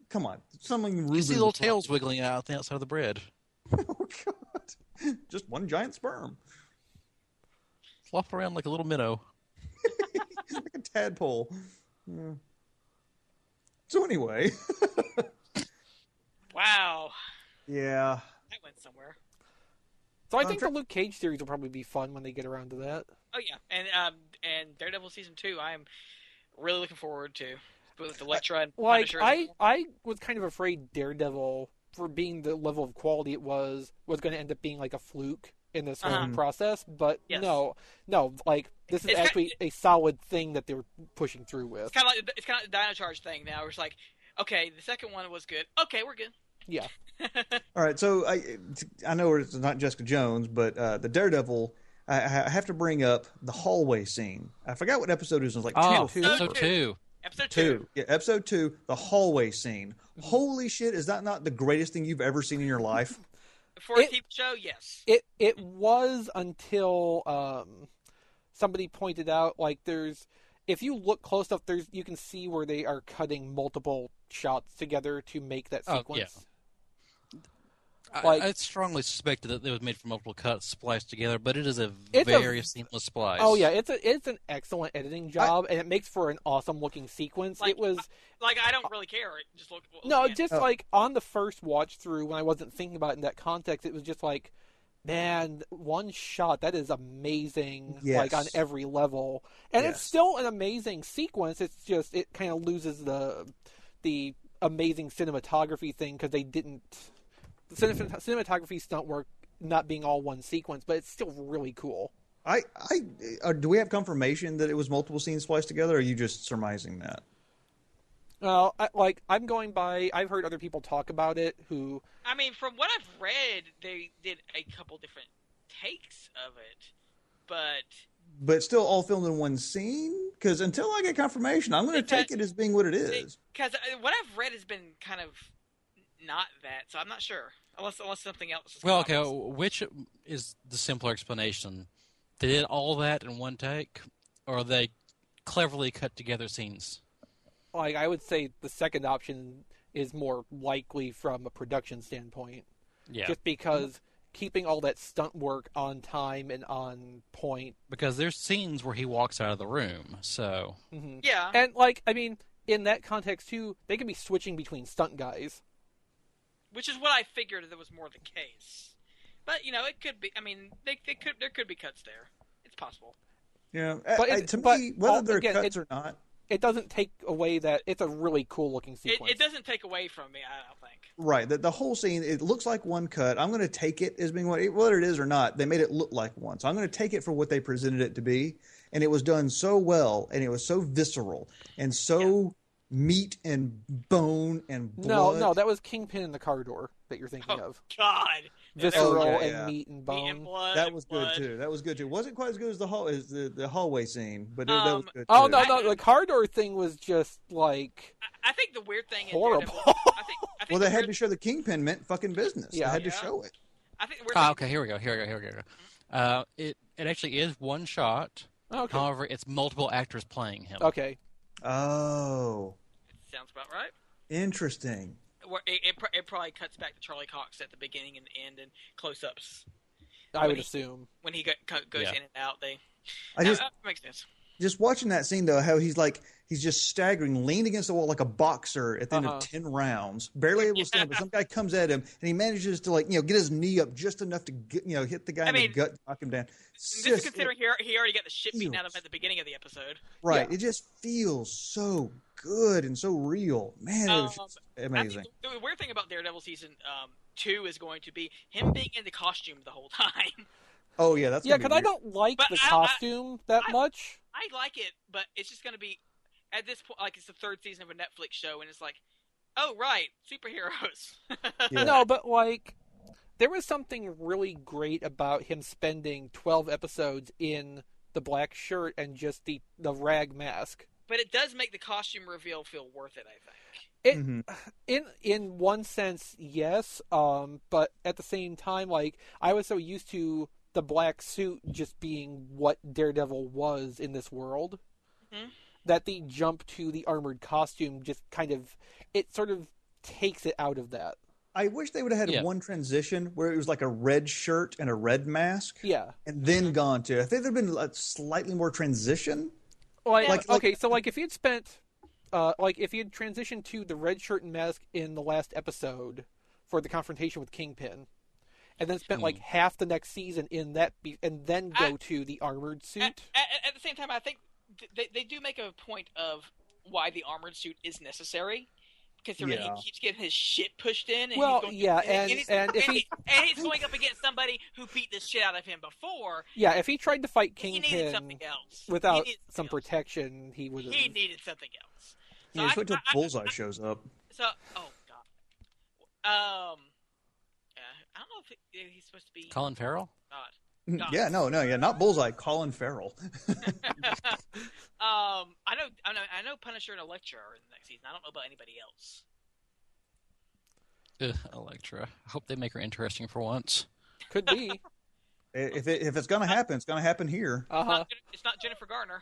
[SPEAKER 5] Come on, something.
[SPEAKER 3] You
[SPEAKER 5] Ruben
[SPEAKER 3] see little
[SPEAKER 5] was
[SPEAKER 3] tails wiggling out the outside of the bread.
[SPEAKER 5] probably- <laughs> Oh God! Just one giant sperm,
[SPEAKER 3] Flop around like a little minnow.
[SPEAKER 5] like a tadpole. Yeah. So anyway, <laughs>
[SPEAKER 4] Wow,
[SPEAKER 5] yeah.
[SPEAKER 4] that went somewhere.
[SPEAKER 2] So I
[SPEAKER 5] Um,
[SPEAKER 2] think
[SPEAKER 5] for-
[SPEAKER 2] the Luke Cage series will probably be fun when they get around to that.
[SPEAKER 4] Oh yeah, and um, and Daredevil season two, I'm really looking forward to with Elektra and
[SPEAKER 2] Uh, Like
[SPEAKER 4] Punisher.
[SPEAKER 2] I, I was kind of afraid Daredevil, for being the level of quality it was, was going to end up being like a fluke in this whole
[SPEAKER 4] Uh-huh.
[SPEAKER 2] process. But
[SPEAKER 4] Yes.
[SPEAKER 2] no, no, like this is
[SPEAKER 4] It's ki-
[SPEAKER 2] actually a solid thing that they were pushing through with.
[SPEAKER 4] It's kind of like it's kind of the Dino Charge thing now. It's like, okay, the second one was good. Okay, we're good.
[SPEAKER 2] Yeah,
[SPEAKER 5] All right, so I I know it's not Jessica Jones, but uh, the Daredevil. I, I have to bring up the hallway scene. I forgot what episode it was. It was like
[SPEAKER 3] Oh,
[SPEAKER 5] two or
[SPEAKER 3] so two.
[SPEAKER 4] Episode two.
[SPEAKER 5] two. Yeah, episode two, the hallway scene. Holy shit, is that not the greatest thing you've ever seen in your life?
[SPEAKER 4] For a
[SPEAKER 2] It-
[SPEAKER 4] TV show, yes.
[SPEAKER 2] it it was until um, somebody pointed out like there's if you look close enough, there's you can see where they are cutting multiple shots together to make that
[SPEAKER 3] Oh, yeah.
[SPEAKER 2] sequence.
[SPEAKER 3] I,
[SPEAKER 2] Like-
[SPEAKER 3] I strongly suspected that it was made from multiple cuts spliced together, but it is a
[SPEAKER 2] It's a-
[SPEAKER 3] very seamless splice.
[SPEAKER 2] Oh yeah, it's a it's an excellent editing job, and it makes for an awesome looking sequence.
[SPEAKER 4] Like,
[SPEAKER 2] it was
[SPEAKER 4] Like I don't really care. It Just look. look
[SPEAKER 2] no,
[SPEAKER 4] at it.
[SPEAKER 2] just
[SPEAKER 5] Oh.
[SPEAKER 2] like on the first watch through when I wasn't thinking about it in that context, it was just like, man, one shot that is amazing, like on
[SPEAKER 5] Yes.
[SPEAKER 2] every level, and it's
[SPEAKER 5] Yes.
[SPEAKER 2] still an amazing sequence. It's just it kind of loses the the amazing cinematography thing because they didn't the cinemat- cinematography stunt work not being all one sequence, but it's still really cool.
[SPEAKER 5] I, I, uh, do we have confirmation that it was multiple scenes spliced together? Or are you just surmising that?
[SPEAKER 2] Uh, I, like I'm going by, I've heard other people talk about it who
[SPEAKER 4] I mean, from what I've read, they did a couple different takes of it, but
[SPEAKER 5] But still, all filmed in one scene. Because until I get confirmation, I'm going to
[SPEAKER 4] Because-
[SPEAKER 5] take it as being what it is.
[SPEAKER 4] because uh, what I've read has been kind of not that, so I'm not sure. Unless unless something else. is
[SPEAKER 3] Well,
[SPEAKER 4] going
[SPEAKER 3] okay,
[SPEAKER 4] on.
[SPEAKER 3] which is the simpler explanation? They did all that in one take, or they cleverly cut together scenes?
[SPEAKER 2] like I would say the second option is more likely from a production standpoint,
[SPEAKER 3] Yeah.
[SPEAKER 2] just because keeping all that stunt work on time and on point.
[SPEAKER 3] because there's scenes where he walks out of the room, so.
[SPEAKER 2] hmm
[SPEAKER 4] Yeah.
[SPEAKER 2] And like I mean, in that context too, they can be switching between stunt guys.
[SPEAKER 4] which is what I figured that was more the case. But you know, it could be. I mean, they, they could there could be cuts there. It's possible.
[SPEAKER 5] Yeah.
[SPEAKER 2] But
[SPEAKER 5] But
[SPEAKER 2] it-
[SPEAKER 5] to
[SPEAKER 2] but
[SPEAKER 5] me, whether
[SPEAKER 2] all-
[SPEAKER 5] they're
[SPEAKER 2] again,
[SPEAKER 5] cuts
[SPEAKER 2] it-
[SPEAKER 5] or not,
[SPEAKER 2] It doesn't take away that it's a really cool looking
[SPEAKER 4] It,
[SPEAKER 2] sequence.
[SPEAKER 4] it doesn't take away from me. I don't think.
[SPEAKER 5] right? The, the whole scene, it looks like one cut. I'm going to take it as being what, whether it is or not. They made it look like one, so I'm going to take it for what they presented it to be. And it was done so well, and it was so visceral, and so meat and bone and
[SPEAKER 2] No,
[SPEAKER 5] blood.
[SPEAKER 2] no, that was Kingpin in the car door that you're thinking
[SPEAKER 4] Oh,
[SPEAKER 2] of.
[SPEAKER 4] God. Yeah, that
[SPEAKER 2] Visceral
[SPEAKER 5] Okay,
[SPEAKER 2] and
[SPEAKER 5] Oh, yeah.
[SPEAKER 2] meat and
[SPEAKER 4] was meat and
[SPEAKER 2] bone.
[SPEAKER 4] blood
[SPEAKER 5] that
[SPEAKER 4] and
[SPEAKER 5] was
[SPEAKER 4] blood.
[SPEAKER 5] good too. That was good too. wasn't quite as good as the hall as the, the hallway scene, but it, that was
[SPEAKER 4] Um,
[SPEAKER 5] good.
[SPEAKER 2] Oh
[SPEAKER 5] too.
[SPEAKER 2] no, no, the car door thing was just like
[SPEAKER 4] I, I think the weird thing in
[SPEAKER 2] Horrible.
[SPEAKER 4] Daredevil- I think, I think
[SPEAKER 5] Well,
[SPEAKER 4] the
[SPEAKER 5] they had
[SPEAKER 4] weird,
[SPEAKER 5] to show the kingpin meant fucking business.
[SPEAKER 2] Yeah.
[SPEAKER 5] they had to
[SPEAKER 4] Yeah.
[SPEAKER 5] show it.
[SPEAKER 4] I think the weird
[SPEAKER 3] Ah,
[SPEAKER 4] thing-
[SPEAKER 3] okay, here we go, here we go, here we go. Uh, it, it actually is one shot.
[SPEAKER 2] Mm-hmm. okay, Uh,
[SPEAKER 3] However, it's multiple actors playing him.
[SPEAKER 2] okay.
[SPEAKER 5] Oh,
[SPEAKER 4] sounds about right.
[SPEAKER 5] interesting.
[SPEAKER 4] Where it, it, pro- it probably cuts back to Charlie Cox at the beginning and the end and close ups
[SPEAKER 2] I would
[SPEAKER 4] Wait.
[SPEAKER 2] assume.
[SPEAKER 4] when he go, co- goes
[SPEAKER 3] Yeah.
[SPEAKER 4] in and out. They
[SPEAKER 5] I
[SPEAKER 4] That-
[SPEAKER 5] just
[SPEAKER 4] that makes sense.
[SPEAKER 5] just watching that scene though, how he's like he's just staggering, leaned against the wall like a boxer at the end
[SPEAKER 2] Uh-huh.
[SPEAKER 5] of ten rounds, barely able to stand. up. But some guy comes at him and he manages to like you know get his knee up just enough to get, you know hit the guy
[SPEAKER 4] I
[SPEAKER 5] in
[SPEAKER 4] mean,
[SPEAKER 5] the gut, knock him down.
[SPEAKER 4] And
[SPEAKER 5] It's
[SPEAKER 4] This is
[SPEAKER 5] just-
[SPEAKER 4] considering he, al- he already got the shit beaten out of him
[SPEAKER 5] Feels.
[SPEAKER 4] at the beginning of the episode.
[SPEAKER 5] right, it just feels so good and so real. Man, it was
[SPEAKER 4] Um,
[SPEAKER 5] just
[SPEAKER 4] I think
[SPEAKER 5] amazing.
[SPEAKER 4] The, the weird thing about Daredevil season um, two is going to be him being in the costume the whole <laughs> time.
[SPEAKER 5] Oh yeah, that's
[SPEAKER 2] Yeah, because
[SPEAKER 5] gonna be
[SPEAKER 2] I
[SPEAKER 5] weird.
[SPEAKER 2] don't like
[SPEAKER 4] But
[SPEAKER 2] the
[SPEAKER 4] I- I-
[SPEAKER 2] costume that
[SPEAKER 4] I-
[SPEAKER 2] much.
[SPEAKER 4] I like it, but it's just going to be at this point like it's the third season of a Netflix show, and it's like, oh right, superheroes. <laughs>
[SPEAKER 5] Yeah.
[SPEAKER 2] No, but like there was something really great about him spending twelve episodes in the black shirt and just the the rag mask.
[SPEAKER 4] but it does make the costume reveal feel worth it. I think.
[SPEAKER 2] it-
[SPEAKER 5] Mhm.
[SPEAKER 2] in in one sense yes um but at the same time like i was so used to the black suit just being what daredevil was in this world
[SPEAKER 4] Mhm.
[SPEAKER 2] that the jump to the armored costume just kind of it sort of takes it out of that
[SPEAKER 5] I wish they would have had
[SPEAKER 3] Yeah.
[SPEAKER 5] one transition where it was like a red shirt and a red mask,
[SPEAKER 2] yeah
[SPEAKER 5] and then gone to. I think there'd been a slightly more transition.
[SPEAKER 2] like,
[SPEAKER 5] Like- like-
[SPEAKER 2] okay so like if you'd spent uh like if you'd transitioned to the red shirt and mask in the last episode for the confrontation with kingpin and then spent
[SPEAKER 5] Hmm.
[SPEAKER 2] like half the next season in that, be- and then go
[SPEAKER 4] I-
[SPEAKER 2] to the armored suit.
[SPEAKER 4] At, at, at the same time, I think th- they they do make a point of why the armored suit is necessary. Considering
[SPEAKER 5] Yeah.
[SPEAKER 4] he keeps getting his shit pushed in, and
[SPEAKER 2] Well,
[SPEAKER 4] he's going,
[SPEAKER 2] yeah, and-
[SPEAKER 4] he's,
[SPEAKER 2] and if he-
[SPEAKER 4] <laughs> and he's going up against somebody who beat the shit out of him before,
[SPEAKER 2] Yeah, if he tried to fight
[SPEAKER 4] ah. he needed something
[SPEAKER 2] Kingpin
[SPEAKER 4] else. He
[SPEAKER 2] without
[SPEAKER 4] needed
[SPEAKER 2] some
[SPEAKER 4] something
[SPEAKER 2] protection, he would
[SPEAKER 4] else.
[SPEAKER 2] have.
[SPEAKER 4] He needed something else. So
[SPEAKER 5] yeah, just
[SPEAKER 4] I-
[SPEAKER 5] wait till
[SPEAKER 4] I- I-
[SPEAKER 5] Bullseye shows <laughs> up.
[SPEAKER 4] So, oh god. Um, yeah, I don't know if he- he's supposed to be.
[SPEAKER 3] Colin Farrell?
[SPEAKER 4] God. Nice.
[SPEAKER 5] Yeah, no, no, yeah, not Bullseye, Colin Farrell.
[SPEAKER 4] Um, I know, I know, I know. Punisher and Elektra are in the next season. I don't know about anybody else.
[SPEAKER 3] Ugh, Electra. I hope they make her interesting for once.
[SPEAKER 2] <laughs> Could be.
[SPEAKER 4] <laughs>
[SPEAKER 5] if it, if it's gonna happen, it's gonna happen here.
[SPEAKER 2] Uh huh.
[SPEAKER 4] Not Jen- it's not Jennifer
[SPEAKER 5] <laughs>
[SPEAKER 4] Garner.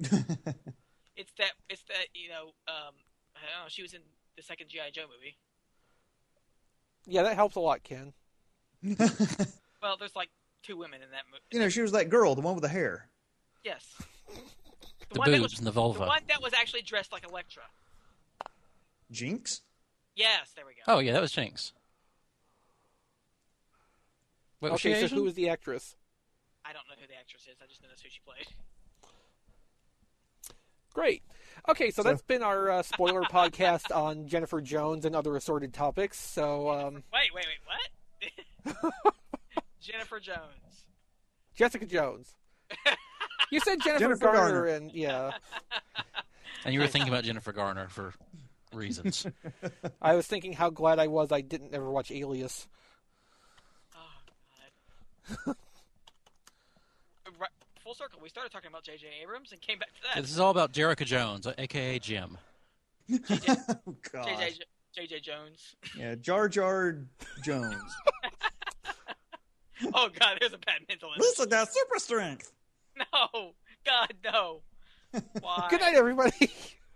[SPEAKER 4] it's that. It's that. You know. Um. I don't know. She was in the second GI Joe movie.
[SPEAKER 2] Yeah, that helps a lot, Ken.
[SPEAKER 4] Well, there's like two women in that movie.
[SPEAKER 5] You know, she was that girl, the one with the hair. <laughs>
[SPEAKER 4] Yes.
[SPEAKER 3] The,
[SPEAKER 4] one that
[SPEAKER 3] boobs
[SPEAKER 4] was,
[SPEAKER 3] and the
[SPEAKER 4] the
[SPEAKER 3] vulva.
[SPEAKER 4] one that was actually dressed like Elektra.
[SPEAKER 5] Jinx.
[SPEAKER 4] Yes, there we go.
[SPEAKER 3] Oh, yeah, that was Jinx. Wait, was she
[SPEAKER 2] Okay, so
[SPEAKER 3] Asian?
[SPEAKER 2] who was the actress?
[SPEAKER 4] I don't know who the actress is. I just know that's who she played.
[SPEAKER 2] Great. Okay, so, that's been our uh, spoiler podcast on Jennifer Jones and other assorted topics. So, um,
[SPEAKER 4] <laughs> Wait, wait, wait. What? Jennifer Jones.
[SPEAKER 2] Jessica Jones. You said Jennifer,
[SPEAKER 5] Jennifer
[SPEAKER 2] Garner,
[SPEAKER 5] Garner.
[SPEAKER 2] and yeah,
[SPEAKER 3] And you were thinking about Jennifer Garner for reasons.
[SPEAKER 2] I was thinking how glad I was I didn't ever watch Alias.
[SPEAKER 4] Oh God. Oh, right, full circle. We started talking about J.J. Abrams and came back to
[SPEAKER 3] <laughs>
[SPEAKER 4] that.
[SPEAKER 3] this is all about Jerica Jones, aka Jim.
[SPEAKER 5] Oh, God.
[SPEAKER 4] J.J. Jo- J.J. Jones. <laughs>
[SPEAKER 5] Yeah, Jar Jar Jones.
[SPEAKER 4] Oh God, there's a bad mental image. <laughs>
[SPEAKER 5] Listen, got super strength.
[SPEAKER 4] No, God, no. Why?
[SPEAKER 2] Good night, everybody. <laughs>